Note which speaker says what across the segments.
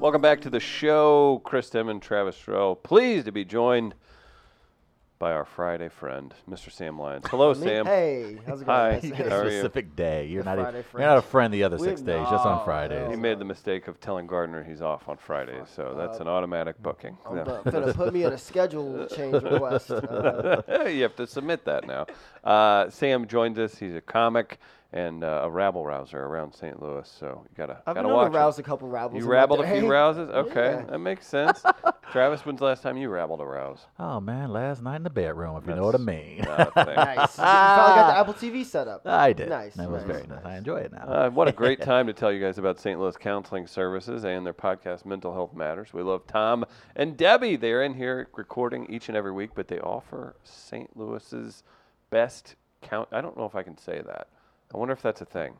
Speaker 1: Welcome back to the show, Chris Tim and Travis Stroh. Pleased to be joined by our Friday friend, Mr. Sam Lyons. Hello,
Speaker 2: Me-
Speaker 1: Sam.
Speaker 2: Hey, how's it going?
Speaker 1: Hi.
Speaker 2: Nice to hit
Speaker 1: How
Speaker 2: us.
Speaker 1: are you?
Speaker 3: specific day. You're not,
Speaker 2: Friday
Speaker 3: a,
Speaker 2: friends.
Speaker 3: you're not a friend the other
Speaker 2: We-
Speaker 3: six days, just on
Speaker 2: no,
Speaker 1: He
Speaker 3: Fridays.
Speaker 1: made the mistake of telling Gardner he's off on Friday, so that's an automatic booking.
Speaker 2: Uh, I'm
Speaker 1: No.
Speaker 2: bu- gonna put me in a schedule change request. Uh,
Speaker 1: you have to submit that now. Uh, Sam joins us. He's a comic and uh, a rabble rouser around St. Louis, so you gotta
Speaker 2: I've
Speaker 1: gotta
Speaker 2: known
Speaker 1: watch.
Speaker 2: to
Speaker 1: him.
Speaker 2: rouse a couple rabbles.
Speaker 1: you
Speaker 2: in my
Speaker 1: rabbled a
Speaker 2: day.
Speaker 1: few rouses? Okay,
Speaker 2: Yeah.
Speaker 1: that makes sense. Travis, when's the last time you rabbled a rouse?
Speaker 3: Oh, man, last night in the bedroom, if you know what I mean.
Speaker 1: Not a thing.
Speaker 2: Nice. You finally got the Apple TV set up.
Speaker 3: I did.
Speaker 2: Nice.
Speaker 3: That was
Speaker 2: nice,
Speaker 3: very nice. I
Speaker 2: nice.
Speaker 3: enjoy it now.
Speaker 1: Uh, what a great time to tell you guys about St. Louis Counseling Services and their podcast, Mental Health Matters. We love Tom and Debbie. They're in here recording each and every week, but they offer St. Louis's best count. I don't know if I can say that. I wonder if that's a thing.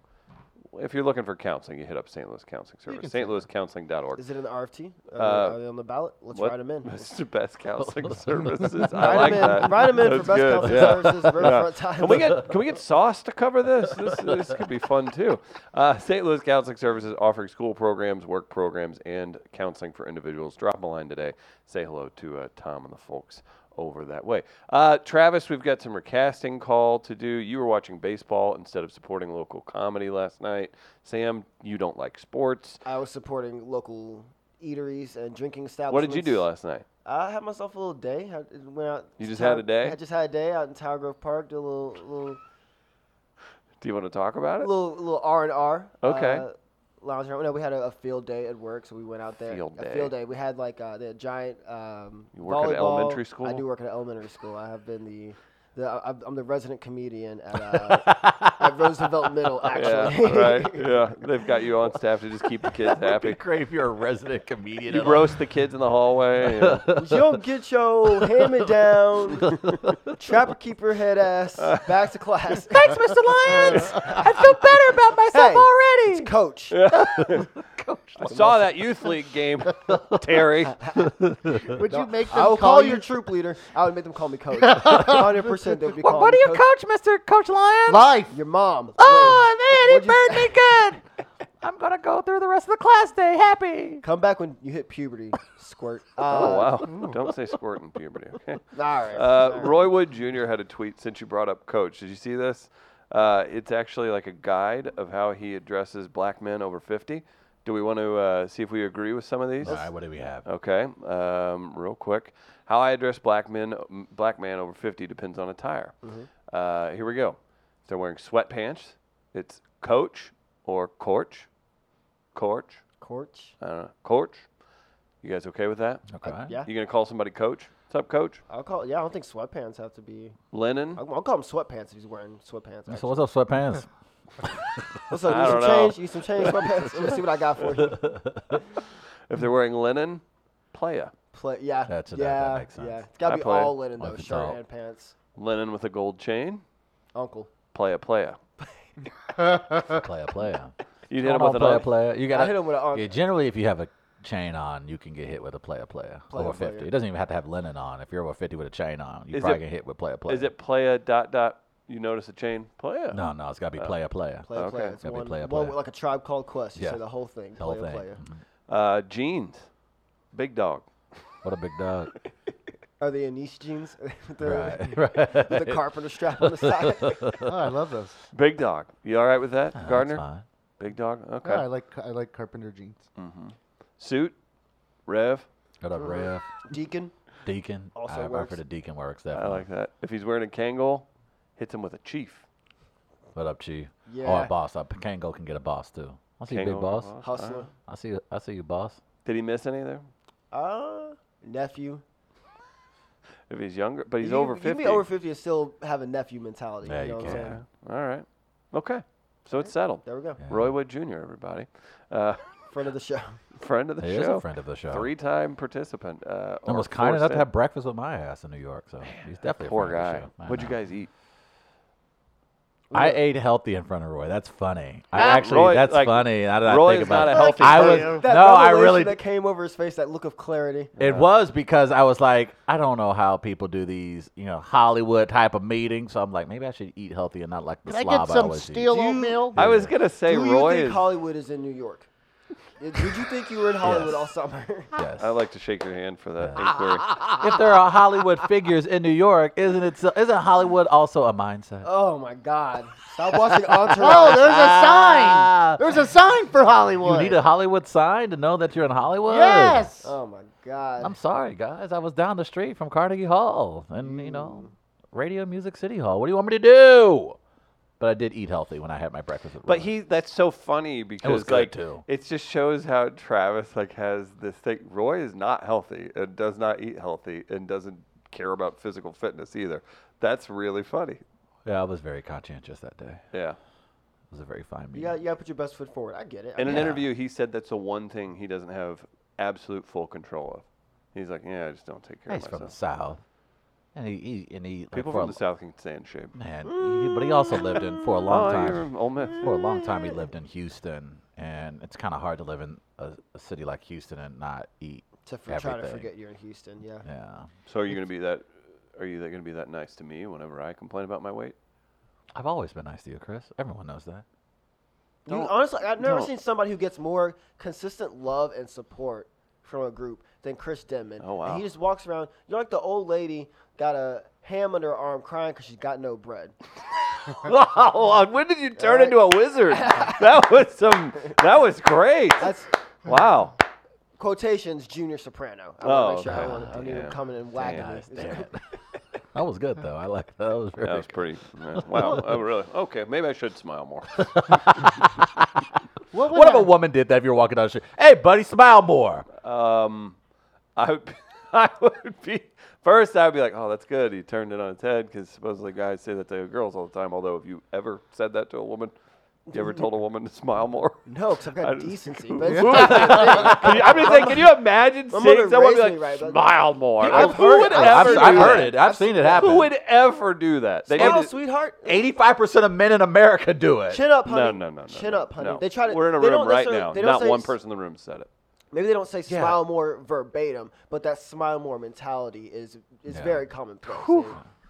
Speaker 1: If you're looking for counseling, you hit up St. Louis Counseling Service, stlouiscounseling.org.
Speaker 2: Is it in the RFT? Are,
Speaker 1: Uh,
Speaker 2: they, are they on the ballot? Let's
Speaker 1: What?
Speaker 2: write them in.
Speaker 1: It's the best counseling services. I
Speaker 2: Write
Speaker 1: like
Speaker 2: 'em in.
Speaker 1: that.
Speaker 2: Write 'em in for
Speaker 1: That's
Speaker 2: best
Speaker 1: good.
Speaker 2: counseling
Speaker 1: Yeah.
Speaker 2: services, riverfront time.
Speaker 1: Can we get can we get sauce to cover this? This this could be fun too. Uh, St. Louis Counseling Services offering school programs, work programs, and counseling for individuals. Drop 'em a line today. Say hello to uh, Tom and the folks over that way. Uh, Travis, we've got some recasting call to do. You were watching baseball instead of supporting local comedy last night. Sam, you don't like sports.
Speaker 2: I was supporting local eateries and drinking
Speaker 1: What
Speaker 2: establishments.
Speaker 1: dix did you do last night?
Speaker 2: I had myself a little day. Had, went out.
Speaker 1: You
Speaker 2: to
Speaker 1: just had a
Speaker 2: Tower-
Speaker 1: day?
Speaker 2: I just had a day out in Tower Grove Park. Did a little little
Speaker 1: Do you want to talk about it?
Speaker 2: little little R and R. uh,
Speaker 1: Okay.
Speaker 2: Lounge around. No, we had a, a field day at work, so we went out there.
Speaker 1: Field
Speaker 2: A field day. We had like uh, the giant. Um,
Speaker 1: You work at an
Speaker 2: volleyball-
Speaker 1: elementary
Speaker 2: I
Speaker 1: school?
Speaker 2: do work at an elementary school. I have been the. The, I- I'm the resident comedian at, uh, at Roosevelt Middle, actually.
Speaker 1: Yeah, right. Yeah, they've got you on staff to just keep the kids happy.
Speaker 3: great if you're a resident comedian.
Speaker 1: You roast the kids in the hallway. you know.
Speaker 2: you don't get your hammer down, trapper keeper head ass, back to class. Thanks, Mr. Lyons. I feel better about myself already. It's coach.
Speaker 1: I saw that youth league game, Terry.
Speaker 4: Would you make them
Speaker 2: I will
Speaker 4: call
Speaker 2: call
Speaker 4: you
Speaker 2: your troop leader. I would make them call me coach. 100% they would be calling What do you coach?
Speaker 4: life?
Speaker 2: Your mom.
Speaker 1: Ah!
Speaker 2: Oh, man, he burned me good. I'm going to go through the rest of the class day happy. Come back when you hit puberty, squirt. Uh,
Speaker 1: Oh wow! Don't say squirt in puberty. Okay.
Speaker 2: All right.
Speaker 1: Uh, Roy Wood Jr. had a tweet since you brought up Coach. Did you see this? Uh, it's actually like a guide of how he addresses black men over 50. Do we want to uh, see if we agree with some of these?
Speaker 3: All right, what do we have?
Speaker 1: Okay, um, real quick. How I address black men, m- black man over 50 depends on attire.
Speaker 3: Mm-hmm.
Speaker 1: Uh, here we go. If they're wearing sweatpants, it's coach or corch. Corch.
Speaker 2: Coach.
Speaker 1: I don't know. Coach. You guys okay with that?
Speaker 3: Okay.
Speaker 2: yeah.
Speaker 1: You going to call somebody coach? What's up, coach?
Speaker 2: I'll call. Yeah, I don't think sweatpants have to be.
Speaker 1: Lennon.
Speaker 2: I'll, I'll call him sweatpants if he's wearing sweatpants.
Speaker 3: So
Speaker 2: actually.
Speaker 3: what's up, sweatpants?
Speaker 2: What's up?
Speaker 1: I
Speaker 2: Need some
Speaker 1: don't know.
Speaker 2: change? Need some change? Sweatpants. Let's see what I got for you.
Speaker 1: If they're wearing linen, playa.
Speaker 2: Play, yeah.
Speaker 3: That's-
Speaker 2: yeah.
Speaker 3: that- that makes
Speaker 2: Yeah.
Speaker 3: sense.
Speaker 2: It's got
Speaker 1: I
Speaker 2: to be
Speaker 1: play.
Speaker 2: all linen, though.
Speaker 3: Like it's
Speaker 2: Shirt
Speaker 3: all-
Speaker 2: and pants.
Speaker 1: Linen with a gold chain,
Speaker 2: Uncle.
Speaker 1: playa, playa.
Speaker 3: Player, player.
Speaker 1: You'd hit him
Speaker 3: Come
Speaker 1: with an
Speaker 3: on, player,
Speaker 1: un-
Speaker 3: player. You
Speaker 2: I
Speaker 3: got
Speaker 2: hit him with an arm.
Speaker 3: Yeah, generally, if you have a chain on, you can get hit with a player, player.
Speaker 2: Player,
Speaker 3: over
Speaker 2: player.
Speaker 3: 50. It doesn't even have to have linen on. If you're over 50 with a chain on, you
Speaker 1: Is
Speaker 3: probably
Speaker 1: it-
Speaker 3: get hit with player, player.
Speaker 1: Is it playa dot dot? You notice a chain? Playa.
Speaker 3: No, no, it's got to
Speaker 1: Oh.
Speaker 3: be player, player.
Speaker 2: Play,
Speaker 1: Okay.
Speaker 2: play. It's
Speaker 3: Gotta be
Speaker 2: one,
Speaker 3: player,
Speaker 2: one
Speaker 3: player.
Speaker 2: like a tribe called Quest. You
Speaker 3: Yeah.
Speaker 2: say the whole thing.
Speaker 3: The whole
Speaker 2: player,
Speaker 3: thing.
Speaker 2: player.
Speaker 3: Mhm.
Speaker 1: Uh, jeans. Big dog.
Speaker 3: What a big dog.
Speaker 2: Are they Anish jeans? the,
Speaker 3: right, right.
Speaker 2: with the carpenter strap on the side.
Speaker 4: Oh, I love those.
Speaker 1: Big dog. You all right with that,
Speaker 3: Uh-huh, That's
Speaker 1: Gardner?
Speaker 3: fine.
Speaker 1: Big dog. Okay.
Speaker 4: Yeah, I like I like carpenter jeans.
Speaker 1: Suit. Rev.
Speaker 3: What
Speaker 1: Uh,
Speaker 3: up, Rev?
Speaker 2: Deacon.
Speaker 3: Deacon.
Speaker 2: Also
Speaker 3: I, I
Speaker 2: works.
Speaker 3: for the Deacon works
Speaker 1: I
Speaker 3: definitely.
Speaker 1: like that. If he's wearing a Kangol, hits him with a chief.
Speaker 3: What up, Chief? Or
Speaker 2: Yeah.
Speaker 3: a boss. A Kango can get a boss too. I see you,
Speaker 1: Kango
Speaker 3: big
Speaker 1: or
Speaker 3: boss.
Speaker 1: boss. Uh-huh.
Speaker 2: Hustler.
Speaker 3: I see. I see you, boss.
Speaker 1: Did he miss any there?
Speaker 2: Uh, nephew.
Speaker 1: If he's younger, but he's
Speaker 2: You-
Speaker 1: over
Speaker 2: you
Speaker 1: fifty.
Speaker 2: Can be over 50 and still have a nephew mentality.
Speaker 3: Yeah,
Speaker 2: you
Speaker 3: you
Speaker 2: know what I'm
Speaker 3: can.
Speaker 2: saying?
Speaker 1: All right. Okay. So it's settled.
Speaker 2: There we go.
Speaker 1: Roy Wood Jr. Everybody. Uh,
Speaker 2: Friend of the show.
Speaker 1: friend of the
Speaker 3: He
Speaker 1: show.
Speaker 3: is a friend of the show.
Speaker 1: Three-time participant. Uh, or
Speaker 3: And was kind enough
Speaker 1: four-set.
Speaker 3: to have breakfast with my ass in New York, so he's definitely a
Speaker 1: Poor
Speaker 3: friend of
Speaker 1: guy.
Speaker 3: the show. I
Speaker 1: What'd you
Speaker 3: know.
Speaker 1: guys eat?
Speaker 3: I ate healthy in front of Roy. That's funny. I
Speaker 1: Ah,
Speaker 3: actually,
Speaker 1: Roy-
Speaker 3: that's
Speaker 1: like,
Speaker 3: funny. Now that I
Speaker 1: Roy
Speaker 3: think
Speaker 1: is
Speaker 3: about
Speaker 1: not a
Speaker 3: it.
Speaker 1: healthy
Speaker 3: I was
Speaker 1: person.
Speaker 2: That
Speaker 3: no, I
Speaker 2: revelation
Speaker 3: really.
Speaker 2: That came over his face, that look of clarity.
Speaker 3: It was because I was like, I don't know how people do these, you know, Hollywood type of meetings. So I'm like, maybe I should eat healthy and not like the
Speaker 4: Can I
Speaker 3: slob
Speaker 4: get
Speaker 3: I
Speaker 4: some
Speaker 3: always eat.
Speaker 4: steel
Speaker 2: Do you-
Speaker 4: oatmeal?
Speaker 1: I was gonna say
Speaker 2: Do you
Speaker 1: Roy
Speaker 2: think
Speaker 1: is.
Speaker 2: Hollywood is in New York? Did you think you were in Hollywood all summer?
Speaker 3: Yes.
Speaker 1: I'd like to shake your hand for that inquiry.
Speaker 4: Ah.
Speaker 3: if there are Hollywood figures in New York, isn't it? So, isn't Hollywood also a mindset?
Speaker 2: Oh my God! Stop watching Entourage.
Speaker 4: Oh, there's a
Speaker 3: Ah.
Speaker 4: sign. There's a sign for Hollywood.
Speaker 3: you need a Hollywood sign to know that you're in Hollywood.
Speaker 4: Yes.
Speaker 2: Oh my God!
Speaker 3: I'm sorry, guys. I was down the street from Carnegie Hall, and you know,
Speaker 1: Mm.
Speaker 3: Radio Music City Hall. What do you want me to do? But I did eat healthy when I had my breakfast. With
Speaker 1: But
Speaker 3: Rona.
Speaker 1: he that's so funny because
Speaker 3: good,
Speaker 1: like
Speaker 3: too.
Speaker 1: it just shows how Travis like has this thing. Roy is not healthy and does not eat healthy and doesn't care about physical fitness either. That's really funny.
Speaker 3: yeah, I was very conscientious that day. It
Speaker 1: Yeah.
Speaker 3: was a very fine
Speaker 2: you
Speaker 3: meal.
Speaker 2: got you got to put your best foot forward. I get it. I
Speaker 1: In an
Speaker 2: get it.
Speaker 1: interview, he said that's the one thing he doesn't have absolute full control of. He's like, yeah, I just don't take care
Speaker 3: He's
Speaker 1: of
Speaker 3: from the
Speaker 1: myself.
Speaker 3: south, and he, he and he like,
Speaker 1: People
Speaker 3: for
Speaker 1: from
Speaker 3: a,
Speaker 1: the south can stay in shape.
Speaker 3: man, he- but he also lived in for a long
Speaker 1: oh,
Speaker 3: time.
Speaker 1: you're Ole Miss.
Speaker 3: For a long time, he lived in Houston, and it's kind of hard to live in a, a city like Houston and not eat.
Speaker 2: to for, try to
Speaker 3: everything.
Speaker 2: forget you're in Houston. Yeah.
Speaker 3: Yeah,
Speaker 1: So are you gonna be that? Are you gonna be that nice to me whenever I complain about my weight?
Speaker 3: I've always been nice to you, Chris. Everyone knows that.
Speaker 2: You,
Speaker 1: Don't-
Speaker 2: honestly, I've never
Speaker 1: don't.
Speaker 2: seen somebody who gets more consistent love and support from a group than Chris Denman.
Speaker 1: Oh,
Speaker 2: And
Speaker 1: wow.
Speaker 2: he just walks around. You're like the old lady got a ham under her arm crying because she's got no bread.
Speaker 1: wow, when did you turn
Speaker 2: Alright.
Speaker 1: into a wizard? that was some. That was great.
Speaker 2: That's
Speaker 1: wow.
Speaker 2: quotations, Junior Soprano. I
Speaker 1: Oh,
Speaker 2: want to make sure
Speaker 1: okay.
Speaker 2: I want I need him
Speaker 1: Damn.
Speaker 2: coming and whacking
Speaker 1: Damn.
Speaker 2: me.
Speaker 3: Damn it. that was good though. I like that. was very
Speaker 1: That was pretty. yeah, Wow. Oh, really? Okay. Maybe I should smile more.
Speaker 4: What, would
Speaker 3: What if a
Speaker 4: hap-
Speaker 3: woman did that if you're walking down the street? Hey, buddy, smile more.
Speaker 1: Um, I would. Be, I would be. First, I would be like, "Oh, that's good. He turned it on its head." Because supposedly guys say that to girls all the time. Although, if you ever said that to a woman, you ever told a woman to smile more?
Speaker 2: No, because I've
Speaker 1: I
Speaker 2: got
Speaker 1: just-
Speaker 2: decency. But it's
Speaker 1: Who would- Can you- I'm just saying, can you imagine
Speaker 2: My
Speaker 1: seeing
Speaker 2: mother
Speaker 1: someone be
Speaker 2: raised
Speaker 1: like,
Speaker 2: me right, but-
Speaker 1: smile more?
Speaker 2: I've
Speaker 1: Like, who
Speaker 2: heard
Speaker 1: would
Speaker 2: it.
Speaker 3: I've,
Speaker 1: ever
Speaker 3: I've
Speaker 1: do
Speaker 3: heard
Speaker 1: that?
Speaker 3: it. I've seen it happen.
Speaker 1: Who would ever do that? They
Speaker 2: Smile,
Speaker 1: did-
Speaker 2: sweetheart.
Speaker 3: 85% of men in America do it.
Speaker 2: Chin up, honey.
Speaker 1: No, no, no, no.
Speaker 2: Chin
Speaker 1: no,
Speaker 2: up, honey.
Speaker 1: no.
Speaker 2: They try to.
Speaker 1: We're in a
Speaker 2: they don't
Speaker 1: room right
Speaker 2: necessarily-
Speaker 1: now.
Speaker 2: they don't
Speaker 1: Not
Speaker 2: say
Speaker 1: one
Speaker 2: s-
Speaker 1: person in the room said it.
Speaker 2: Maybe they don't say
Speaker 3: Yeah.
Speaker 2: smile more verbatim, but that smile more mentality is is
Speaker 3: Yeah.
Speaker 2: very commonplace. And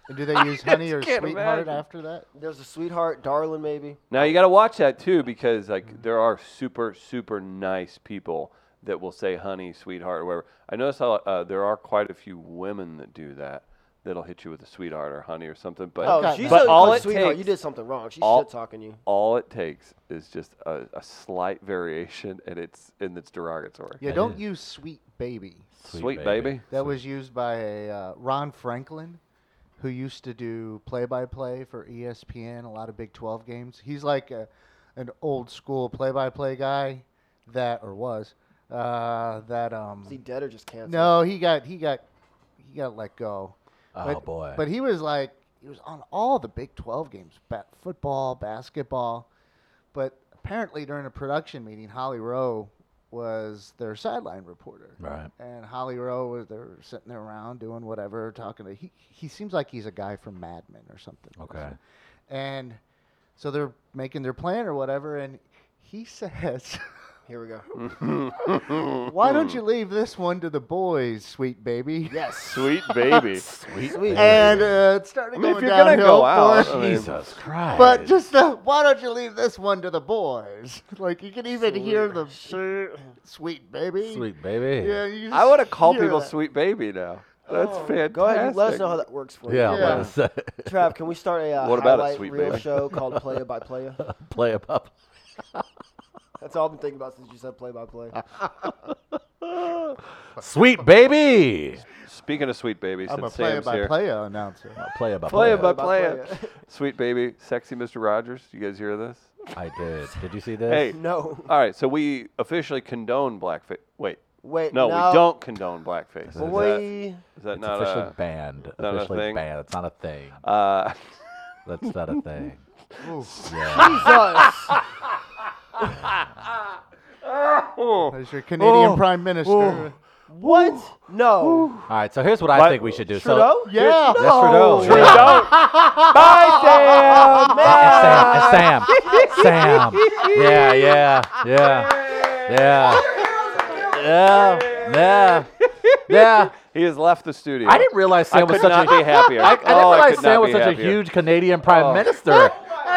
Speaker 4: And do they use honey or
Speaker 1: can't
Speaker 4: sweetheart
Speaker 1: imagine.
Speaker 4: after that?
Speaker 2: There's a sweetheart, darling, maybe.
Speaker 1: Now you got to watch that too because like there are super super nice people that will say honey, sweetheart, or whatever. I noticed how uh, there are quite a few women that do that. That'll hit you with a sweetheart or honey or something. But
Speaker 2: Oh,
Speaker 4: Okay.
Speaker 2: she
Speaker 1: but
Speaker 2: said
Speaker 1: all
Speaker 2: "Oh,
Speaker 1: it
Speaker 2: sweetheart,
Speaker 1: takes,
Speaker 2: you did something wrong. She's
Speaker 1: all-
Speaker 2: shit talking you.
Speaker 1: all it takes is just a, a slight variation, and it's and it's derogatory.
Speaker 4: Yeah,
Speaker 3: That
Speaker 4: don't
Speaker 3: is-
Speaker 4: use sweet baby.
Speaker 1: Sweet,
Speaker 3: baby.
Speaker 1: baby.
Speaker 4: That was used by a, uh, Ron Franklin, who used to do play-by-play for E ESPN, a lot of Big 12 games. He's like a, an old school play-by-play guy that, or was, uh, that. Um,
Speaker 2: Is he dead or just canceled?
Speaker 4: no, he got he got he got let go.
Speaker 3: Oh,
Speaker 4: but,
Speaker 3: boy.
Speaker 4: But he was like he was on all the Big 12 games, bat, football, basketball. But apparently during a production meeting, Holly Rowe was their sideline reporter.
Speaker 3: Right.
Speaker 4: And Holly Rowe was they were sitting there around doing whatever, talking to he he seems like he's a guy from Mad Men or something.
Speaker 3: Okay.
Speaker 4: And so they're making their plan or whatever and he says
Speaker 2: Here we go.
Speaker 1: Mm-hmm.
Speaker 4: Why don't you leave this one to the boys, sweet baby?
Speaker 2: Yes.
Speaker 1: Sweet baby.
Speaker 3: Sweet.
Speaker 2: Sweet.
Speaker 4: And uh, it started
Speaker 1: I mean, if
Speaker 4: going
Speaker 1: you're gonna
Speaker 4: downhill
Speaker 1: go out,
Speaker 4: for
Speaker 1: I
Speaker 4: him.
Speaker 1: mean-
Speaker 3: Jesus Christ.
Speaker 4: But just the, why don't you leave this one to the boys? Like you can even hear the sweet baby.
Speaker 3: Sweet baby.
Speaker 4: Yeah, you
Speaker 1: I want to
Speaker 4: just
Speaker 1: call
Speaker 4: hear
Speaker 1: people
Speaker 4: that.
Speaker 1: sweet baby now. That's fantastic.
Speaker 2: Oh, Go ahead and let us know how that works for
Speaker 3: Yeah,
Speaker 2: you.
Speaker 3: I'm
Speaker 4: Yeah.
Speaker 3: about to say.
Speaker 2: Trav, can we start a uh,
Speaker 1: What about it,
Speaker 2: highlight
Speaker 1: sweet
Speaker 2: real
Speaker 1: baby?
Speaker 2: show called Playa by Playa?
Speaker 3: Play it up.
Speaker 2: That's all I've been thinking about since you said Play by Play.
Speaker 3: Sweet baby.
Speaker 1: Speaking of sweet babies,
Speaker 4: I'm a
Speaker 1: since Sam's here,
Speaker 4: player-by-player announcer.
Speaker 3: Play about
Speaker 1: Play
Speaker 3: play
Speaker 1: by
Speaker 3: it.
Speaker 2: Playa.
Speaker 1: play. Sweet baby, sexy Mr. Rogers. You guys hear this?
Speaker 3: I did. Did you see this?
Speaker 1: Hey,
Speaker 2: no.
Speaker 1: all right. So we officially condone blackface. Wait,
Speaker 2: Wait.
Speaker 1: no,
Speaker 2: now-
Speaker 1: we don't condone blackface. Is that, is
Speaker 2: Boy.
Speaker 1: that
Speaker 3: It's
Speaker 1: not
Speaker 3: officially
Speaker 1: a?
Speaker 3: banned.
Speaker 1: not a
Speaker 3: Officially
Speaker 1: thing?
Speaker 3: banned. It's not a thing.
Speaker 1: Uh,
Speaker 3: That's not a thing.
Speaker 2: Jesus.
Speaker 1: Oh.
Speaker 4: As your Canadian Prime Minister.
Speaker 2: what? No.
Speaker 3: All right, so here's what I
Speaker 1: But-
Speaker 3: think we should do.
Speaker 2: Trudeau?
Speaker 3: So,
Speaker 4: Yeah.
Speaker 3: Yes, Trudeau.
Speaker 1: Trudeau.
Speaker 3: Oh, yeah.
Speaker 1: Bye, Sam.
Speaker 3: And Sam. and Sam. Sam. Yeah, yeah, yeah. Yeah. Yeah. Yeah. Yeah.
Speaker 1: He has left the studio.
Speaker 3: I didn't realize Sam
Speaker 1: I
Speaker 3: was
Speaker 1: could
Speaker 3: such
Speaker 1: not
Speaker 3: a
Speaker 1: be happier.
Speaker 3: I, I didn't
Speaker 1: oh, I
Speaker 3: realize
Speaker 1: could
Speaker 3: Sam
Speaker 1: not
Speaker 3: was
Speaker 1: be
Speaker 3: such
Speaker 1: happier.
Speaker 3: a huge Canadian prime minister.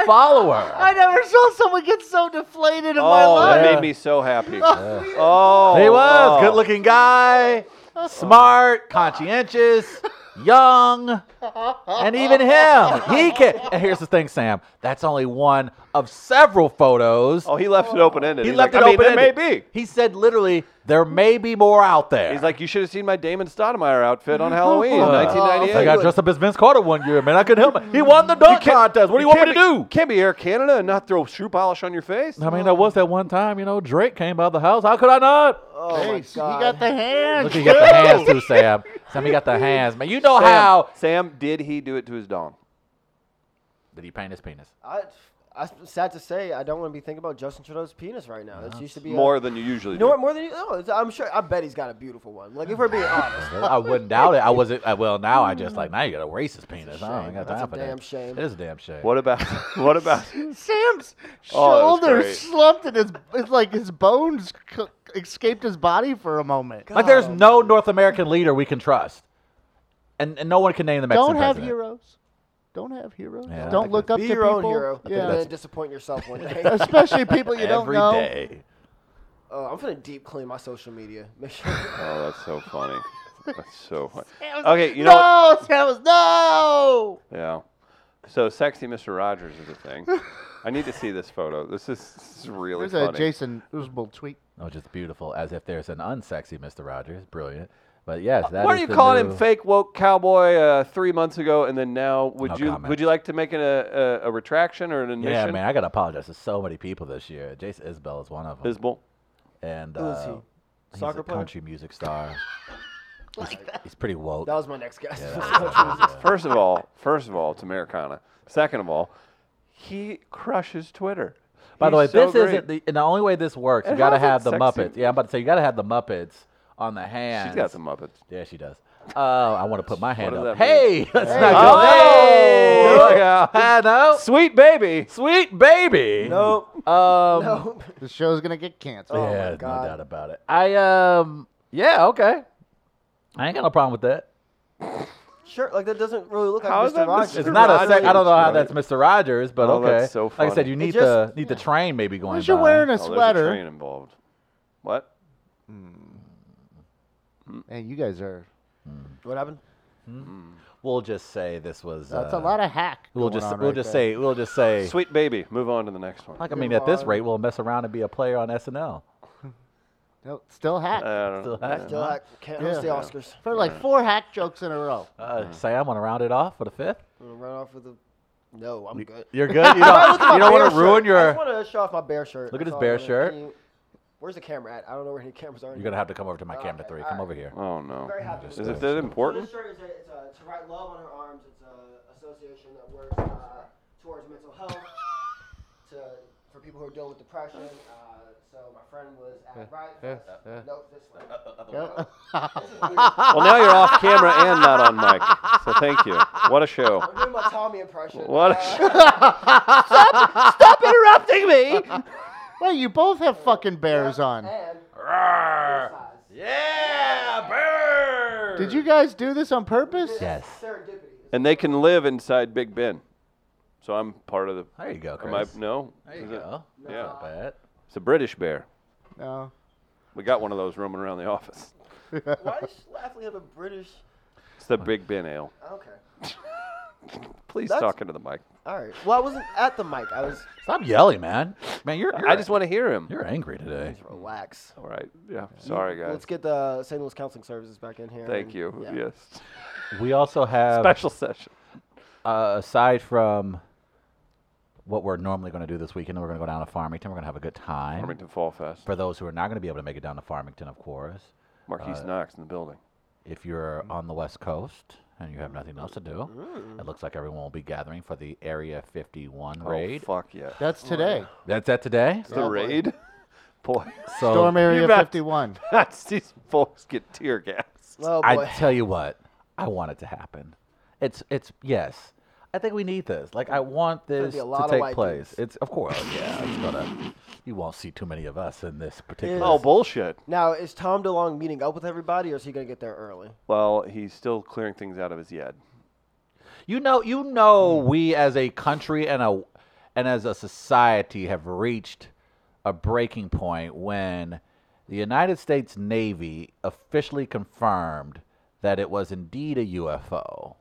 Speaker 3: follower.
Speaker 4: I never saw someone get so deflated in my
Speaker 1: Oh,
Speaker 4: life.
Speaker 1: that
Speaker 3: Yeah.
Speaker 1: made me so happy. Oh,
Speaker 3: He was
Speaker 1: oh.
Speaker 3: good looking guy, smart, conscientious, young, and even him. He can. And here's the thing, Sam. That's only one of several photos.
Speaker 1: Oh, he left it open ended.
Speaker 3: he left it
Speaker 1: like, I mean,
Speaker 3: open.
Speaker 1: There may be.
Speaker 3: He said literally, there may be more out there.
Speaker 1: He's like, you should have seen my Damon Stoudemire outfit on Halloween,
Speaker 3: Oh,
Speaker 1: 1998.
Speaker 3: I got dressed up as Vince Carter one year, man. I couldn't help it. He won the dunk contest. What do you want me to do?
Speaker 1: Can't be Air Canada and not throw shoe polish on your face.
Speaker 3: I mean, that was that one time, you know, Drake came out of the house. How could I not?
Speaker 2: Oh my
Speaker 4: Jeez,
Speaker 2: god.
Speaker 4: He got the hand.
Speaker 3: Look, he got the hands too, Sam. Sam, he got the hands, man. You know
Speaker 1: Sam,
Speaker 3: how.
Speaker 1: Oh, Sam, did he do it to his dong?
Speaker 3: Did he paint his penis?
Speaker 2: I, I, sad to say, I don't want to be thinking about Justin Trudeau's penis right now. This used to be a-
Speaker 1: More than you usually
Speaker 2: You know
Speaker 1: do.
Speaker 2: what? More than you. No, it's- I'm sure. I bet he's got a beautiful one. Like if we're being honest.
Speaker 3: I wouldn't doubt it. I wasn't. I, well, now I just like now you got a racist penis. I don't
Speaker 2: shame.
Speaker 3: got
Speaker 2: That's a
Speaker 3: time for
Speaker 2: damn
Speaker 3: that.
Speaker 2: shame.
Speaker 3: It is a damn shame.
Speaker 1: What about what about
Speaker 4: Sam's
Speaker 1: Oh, that was
Speaker 4: shoulder
Speaker 1: great.
Speaker 4: slumped and his it's like his bones c- escaped his body for a moment.
Speaker 3: Like, there's no North American leader we can trust, and, and no one can name the Mexican
Speaker 4: Don't have
Speaker 3: president.
Speaker 4: heroes. Don't have heroes.
Speaker 3: Yeah, I
Speaker 4: don't
Speaker 3: think
Speaker 4: look up
Speaker 2: Be
Speaker 4: to
Speaker 2: your own
Speaker 4: people.
Speaker 2: hero, and
Speaker 4: Yeah.
Speaker 2: then disappoint yourself one day.
Speaker 4: Especially people you don't
Speaker 3: Every
Speaker 4: know.
Speaker 3: day.
Speaker 2: Uh, I'm gonna deep clean my social media. Make sure.
Speaker 1: Oh, that's so funny. That's so funny.
Speaker 4: Sam was-
Speaker 1: Okay, you know what?
Speaker 4: no, Sam was no.
Speaker 1: Yeah. So sexy Mr. Rogers is a thing. I need to see this photo. This is, this is really
Speaker 4: There's a
Speaker 1: funny.
Speaker 4: Jason Usbel tweet.
Speaker 3: Oh, just beautiful. As if there's an unsexy Mr. Rogers. Brilliant. But yes, that
Speaker 1: Why
Speaker 3: is
Speaker 1: are you
Speaker 3: the
Speaker 1: calling
Speaker 3: new-
Speaker 1: him fake woke cowboy uh, three months ago, and then now would
Speaker 3: No
Speaker 1: you
Speaker 3: comment.
Speaker 1: would you like to make an, a, a a retraction or an admission?
Speaker 3: Yeah, man, I gotta apologize to so many people this year. Jason Isbell is one of them,
Speaker 1: Isbel.
Speaker 3: and
Speaker 2: Who is
Speaker 3: uh,
Speaker 2: he?
Speaker 3: he's
Speaker 2: Soccer
Speaker 3: a
Speaker 2: player?
Speaker 3: country music star. he's, he's pretty woke.
Speaker 2: That was my next guess.
Speaker 1: First of all, first of all, it's Americana. Second of all, he crushes Twitter.
Speaker 3: By the way,
Speaker 1: He's so
Speaker 3: this
Speaker 1: great.
Speaker 3: isn't the, and the only way this works. you
Speaker 1: It
Speaker 3: gotta
Speaker 1: has
Speaker 3: have
Speaker 1: its
Speaker 3: the
Speaker 1: sexy-
Speaker 3: Muppets. Yeah, I'm about to say you gotta have the Muppets on the hand.
Speaker 1: She's got the Muppets.
Speaker 3: Yeah, she does. Oh, I want to put my hand
Speaker 1: does that
Speaker 3: up.
Speaker 1: mean?
Speaker 3: Hey, that's
Speaker 1: Hey.
Speaker 3: not good.
Speaker 1: Oh,
Speaker 3: Hey,
Speaker 1: look out.
Speaker 3: I know.
Speaker 1: Sweet baby.
Speaker 3: Sweet baby.
Speaker 2: nope.
Speaker 3: Um,
Speaker 2: Nope.
Speaker 4: The show's gonna get canceled.
Speaker 2: Oh my
Speaker 3: yeah, no
Speaker 2: God.
Speaker 3: doubt about it. I um, yeah, okay.
Speaker 1: Oh,
Speaker 3: I ain't got no problem with that.
Speaker 2: Sure. Like that doesn't really look
Speaker 1: How
Speaker 2: like
Speaker 1: is that
Speaker 2: Mr. Rogers.
Speaker 3: It's
Speaker 1: Mr.
Speaker 3: not a
Speaker 1: Rogers,
Speaker 3: sec. I don't know how
Speaker 1: right?
Speaker 3: that's Mr. Rogers, but
Speaker 1: Oh,
Speaker 3: okay.
Speaker 1: that's so
Speaker 3: Like I said,
Speaker 1: funny.
Speaker 3: you need
Speaker 2: just-
Speaker 3: the need the train maybe going.
Speaker 4: Unless you're
Speaker 3: by.
Speaker 4: wearing a
Speaker 1: Oh, there's
Speaker 4: sweater.
Speaker 1: train involved. What?
Speaker 4: Man, you guys are.
Speaker 2: What happened?
Speaker 3: We'll just say this was.
Speaker 4: That's
Speaker 3: uh,
Speaker 4: a lot of hack.
Speaker 3: We'll
Speaker 4: going
Speaker 3: just
Speaker 4: on
Speaker 3: we'll
Speaker 4: right
Speaker 3: just
Speaker 4: there.
Speaker 3: say we'll just say.
Speaker 1: Sweet baby. Move on to the next one.
Speaker 3: Like I mean, at this rate, we'll mess around and be a player on SNL.
Speaker 4: No, still hack.
Speaker 1: I don't know.
Speaker 3: Still hack.
Speaker 2: Still hack. Can't host the
Speaker 4: Yeah.
Speaker 2: Oscars.
Speaker 4: For like four hack jokes in a row.
Speaker 3: Uh, Sam, want to round it off for the fifth?
Speaker 2: I'm gonna run off with a. No, I'm good.
Speaker 3: You're good. You don't, you don't want to ruin
Speaker 2: I just
Speaker 3: your.
Speaker 2: want to show off my bear shirt.
Speaker 3: Look at
Speaker 2: That's
Speaker 3: his bear
Speaker 2: all I wanna-
Speaker 3: shirt.
Speaker 2: can you- where's the camera at? I don't know where any cameras are.
Speaker 3: You're gonna have to come over to my
Speaker 2: Okay,
Speaker 3: camera three.
Speaker 2: all
Speaker 3: Come
Speaker 2: right.
Speaker 3: over here.
Speaker 1: Oh no.
Speaker 2: Very happy with
Speaker 1: Is it that
Speaker 2: this. So this
Speaker 1: important?
Speaker 2: shirt is a, it's a, to write love on her arms. It's a association that works uh, towards mental health to for people who are dealing with depression. Uh, so my friend was at right.
Speaker 4: yeah,
Speaker 2: Fest.
Speaker 4: yeah. Uh,
Speaker 2: No, this way.
Speaker 4: Yep.
Speaker 1: Well, now you're off camera and not on mic. So thank you. What a show.
Speaker 2: I'm doing my Tommy impression.
Speaker 1: What a
Speaker 2: Uh,
Speaker 1: show.
Speaker 3: Stop interrupting me.
Speaker 4: Well, you both have fucking bears on.
Speaker 2: and
Speaker 3: yeah, bird.
Speaker 4: Did you guys do this on purpose?
Speaker 3: Yes.
Speaker 2: serendipity.
Speaker 1: And they can live inside Big Ben. So I'm part of the.
Speaker 3: There you go, Chris.
Speaker 1: Am I, no.
Speaker 3: there you
Speaker 1: Is it-
Speaker 3: go.
Speaker 1: Yeah.
Speaker 3: Not bad.
Speaker 1: It's a British bear.
Speaker 4: No.
Speaker 1: We got one of those roaming around the office.
Speaker 2: Why is Schlafly have a British?
Speaker 1: It's the Big Ben ale.
Speaker 2: Okay.
Speaker 1: Please
Speaker 2: That's-
Speaker 1: talk into the mic.
Speaker 2: All right. Well, I wasn't at the mic. I was
Speaker 3: Stop yelling, man. Man, you're. you're
Speaker 1: I just want to hear him.
Speaker 3: You're angry today.
Speaker 2: relax.
Speaker 1: All right. Yeah. Sorry, guys.
Speaker 2: Let's get the St. Louis Counseling Services back in here.
Speaker 1: Thank
Speaker 2: and-
Speaker 1: you.
Speaker 2: yeah.
Speaker 1: Yes.
Speaker 3: We also have
Speaker 1: Special session.
Speaker 3: uh, aside from what we're normally going to do this weekend, we're going to go down to Farmington. We're going to have a good time.
Speaker 1: Farmington Fall Fest.
Speaker 3: For those who are not going to be able to make it down to Farmington, of course,
Speaker 1: Marquise Knox in the building.
Speaker 3: if you're on the West Coast and you have nothing else to do, it looks like everyone will be gathering for the Area 51 raid.
Speaker 1: Mm. Oh, fuck yeah.
Speaker 4: That's today.
Speaker 3: That's that today.
Speaker 1: It's the raid? Boy.
Speaker 3: So
Speaker 4: Storm Area
Speaker 1: bet.
Speaker 4: 51.
Speaker 1: That's these folks get tear gas.
Speaker 2: Oh boy.
Speaker 3: I tell you what, I want it to happen. It's it's yes. I think we need this. Like I want
Speaker 2: be
Speaker 3: this
Speaker 2: a lot
Speaker 3: to
Speaker 2: of
Speaker 3: take
Speaker 2: white
Speaker 3: place.
Speaker 2: dudes.
Speaker 3: It's of course, yeah. It's gonna, you won't see too many of us in this particular.
Speaker 1: Oh, bullshit.
Speaker 2: Now, is Tom DeLong meeting up with everybody, or is he going to get there early?
Speaker 1: Well, he's still clearing things out of his head.
Speaker 4: Hmm.
Speaker 3: You know, you know, we as a country and a and as a society have reached a breaking point when the United States Navy officially confirmed that it was indeed a UFO,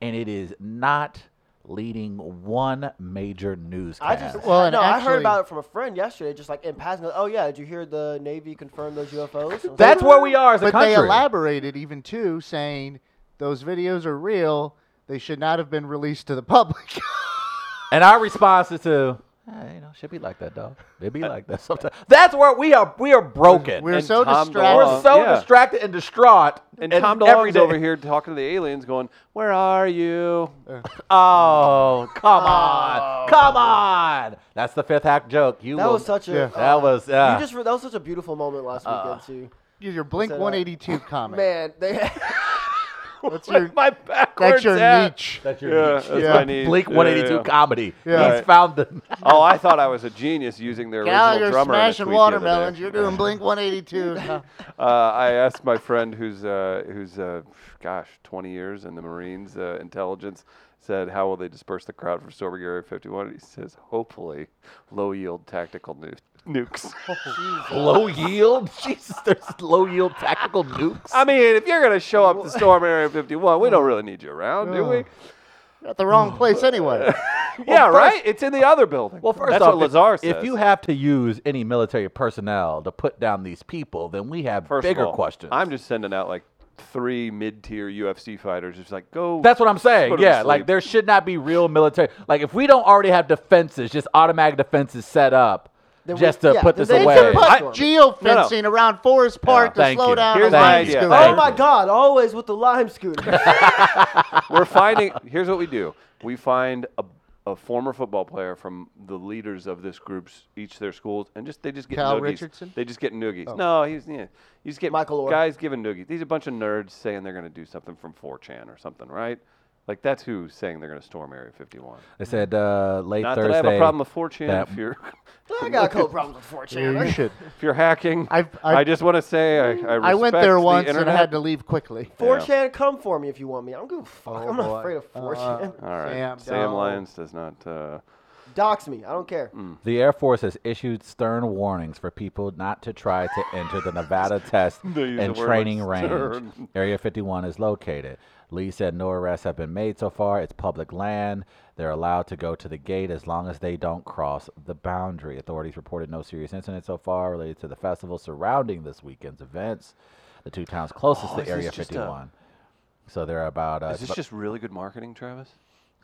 Speaker 3: and it is not leading one major newscast.
Speaker 2: I just
Speaker 4: Well,
Speaker 2: well,
Speaker 4: and
Speaker 2: no, I heard
Speaker 4: actually-
Speaker 2: about it from a friend yesterday, just like in passing. Oh yeah, did you hear the Navy confirm those UFOs? I was
Speaker 3: That's
Speaker 2: like,
Speaker 3: where we are as a
Speaker 4: but
Speaker 3: country.
Speaker 4: they elaborated even too, saying those videos are real. They should not have been released to the public.
Speaker 3: And our response is to, eh, you know, should be like that, dog. It be like that sometimes. That's where we are. We are broken.
Speaker 4: We're
Speaker 3: We're,
Speaker 1: And
Speaker 4: so
Speaker 1: Tom
Speaker 4: distracted.
Speaker 1: DeLonge-
Speaker 3: so
Speaker 1: Uh, yeah.
Speaker 3: distracted and distraught.
Speaker 1: And Tom
Speaker 3: every
Speaker 1: DeLonge's
Speaker 3: day-
Speaker 1: over here talking to the aliens, going, "Where are you?"
Speaker 3: Oh, come on, come on. That's the fifth hack joke. You
Speaker 2: That
Speaker 3: will-
Speaker 2: was such a.
Speaker 4: Yeah.
Speaker 2: uh,
Speaker 3: That was. Uh,
Speaker 2: you just re- that was such a beautiful moment last weekend
Speaker 4: Use your Blink
Speaker 2: Set up.
Speaker 4: 182
Speaker 2: too.
Speaker 4: comment.
Speaker 2: Man, they.
Speaker 4: That's your,
Speaker 1: My backwards
Speaker 4: that's your
Speaker 1: hat.
Speaker 4: niche.
Speaker 3: that's your
Speaker 1: Yeah,
Speaker 3: niche.
Speaker 1: that's
Speaker 4: Yeah.
Speaker 1: my niche.
Speaker 3: Blink
Speaker 1: Yeah,
Speaker 3: 182
Speaker 1: yeah.
Speaker 3: comedy.
Speaker 4: Yeah.
Speaker 3: He's
Speaker 1: Right.
Speaker 3: found the.
Speaker 1: Oh, I thought I was a genius using their original
Speaker 4: Gallagher
Speaker 1: drummer. in a
Speaker 4: smashing
Speaker 1: tweet the other day.
Speaker 4: watermelons. You're doing Blink 182. now.
Speaker 1: Uh, I asked my friend who's uh, who's uh, gosh, 20 years in the Marines uh, intelligence said, "How will they disperse the crowd for Sober Area 51?" He says, "Hopefully, low yield tactical nu- nukes."
Speaker 3: Low yield? Jesus, there's low yield tactical nukes.
Speaker 1: I mean, if you're gonna show up to Storm Area 51, we don't really need you around, do we?
Speaker 4: At the wrong place anyway.
Speaker 1: yeah, right. It's in the other building.
Speaker 3: Well, first
Speaker 1: that's
Speaker 3: off,
Speaker 1: what
Speaker 3: if-
Speaker 1: Lazar
Speaker 3: if,
Speaker 1: says.
Speaker 3: you have to use any military personnel to put down these people, then we have
Speaker 1: First of
Speaker 3: bigger
Speaker 1: all,
Speaker 3: questions.
Speaker 1: I'm just sending out like three mid-tier UFC fighters. Just like go.
Speaker 3: That's what I'm saying.
Speaker 1: Put 'em to
Speaker 3: Yeah, like
Speaker 1: sleep.
Speaker 3: there should not be real military. Like if we don't already have defenses, just automatic defenses set up,
Speaker 2: Then we-
Speaker 3: just to
Speaker 2: yeah,
Speaker 3: put
Speaker 2: then
Speaker 3: this
Speaker 2: they
Speaker 3: away.
Speaker 2: can
Speaker 4: Put
Speaker 2: I-
Speaker 4: geofencing around Forest Park to
Speaker 3: thank
Speaker 4: slow
Speaker 3: you.
Speaker 4: down.
Speaker 1: Here's
Speaker 4: a
Speaker 1: my
Speaker 4: line
Speaker 1: idea.
Speaker 4: scooter.
Speaker 1: Thank
Speaker 2: oh my God! Always with the lime scooter.
Speaker 1: We're finding. Here's what we do. We find a, a former football player from the leaders of this group's each their schools, and just they just get
Speaker 4: Cal
Speaker 1: noogies.
Speaker 4: Richardson? Oh.
Speaker 1: They just get noogies. No, he's yeah. You just get
Speaker 2: Michael Orr.
Speaker 1: guys giving noogies. These are a bunch of nerds saying they're going to do something from 4chan or something, right? Like that's who's saying they're going to storm Area 51.
Speaker 3: They said uh, late
Speaker 1: Not
Speaker 3: Thursday.
Speaker 1: that I have a problem with 4chan
Speaker 3: that-
Speaker 1: if you're
Speaker 2: I got a couple problems with 4chan.
Speaker 4: Yeah, you should.
Speaker 1: if you're hacking.
Speaker 4: I've- I've-
Speaker 1: I just want to say I I, respect
Speaker 4: I went there
Speaker 1: the
Speaker 4: once and
Speaker 1: internet.
Speaker 4: I had to leave quickly.
Speaker 2: 4chan, come for me if you want me. I'm gonna fuck.
Speaker 4: Oh,
Speaker 2: I'm not
Speaker 4: boy. Uh, Uh-uh.
Speaker 2: afraid of 4chan.
Speaker 1: All right.
Speaker 4: Sam,
Speaker 1: Sam,
Speaker 4: no.
Speaker 1: Lyons does not. Uh,
Speaker 2: Dox me. I don't care.
Speaker 3: The Air Force has issued stern warnings for people not to try to enter the Nevada test
Speaker 1: They use
Speaker 3: and
Speaker 1: the word
Speaker 3: training
Speaker 1: like
Speaker 3: range.
Speaker 1: stern.
Speaker 3: Area 51 is located. Lee said no arrests have been made so far. It's public land. They're allowed to go to the gate as long as they don't cross the boundary. Authorities reported no serious incidents so far related to the festival surrounding this weekend's events. The two towns closest
Speaker 1: Oh,
Speaker 3: to
Speaker 1: is this
Speaker 3: Area
Speaker 1: just a-
Speaker 3: 51. so they're about uh,
Speaker 1: is this
Speaker 3: about-
Speaker 1: just really good marketing, Travis?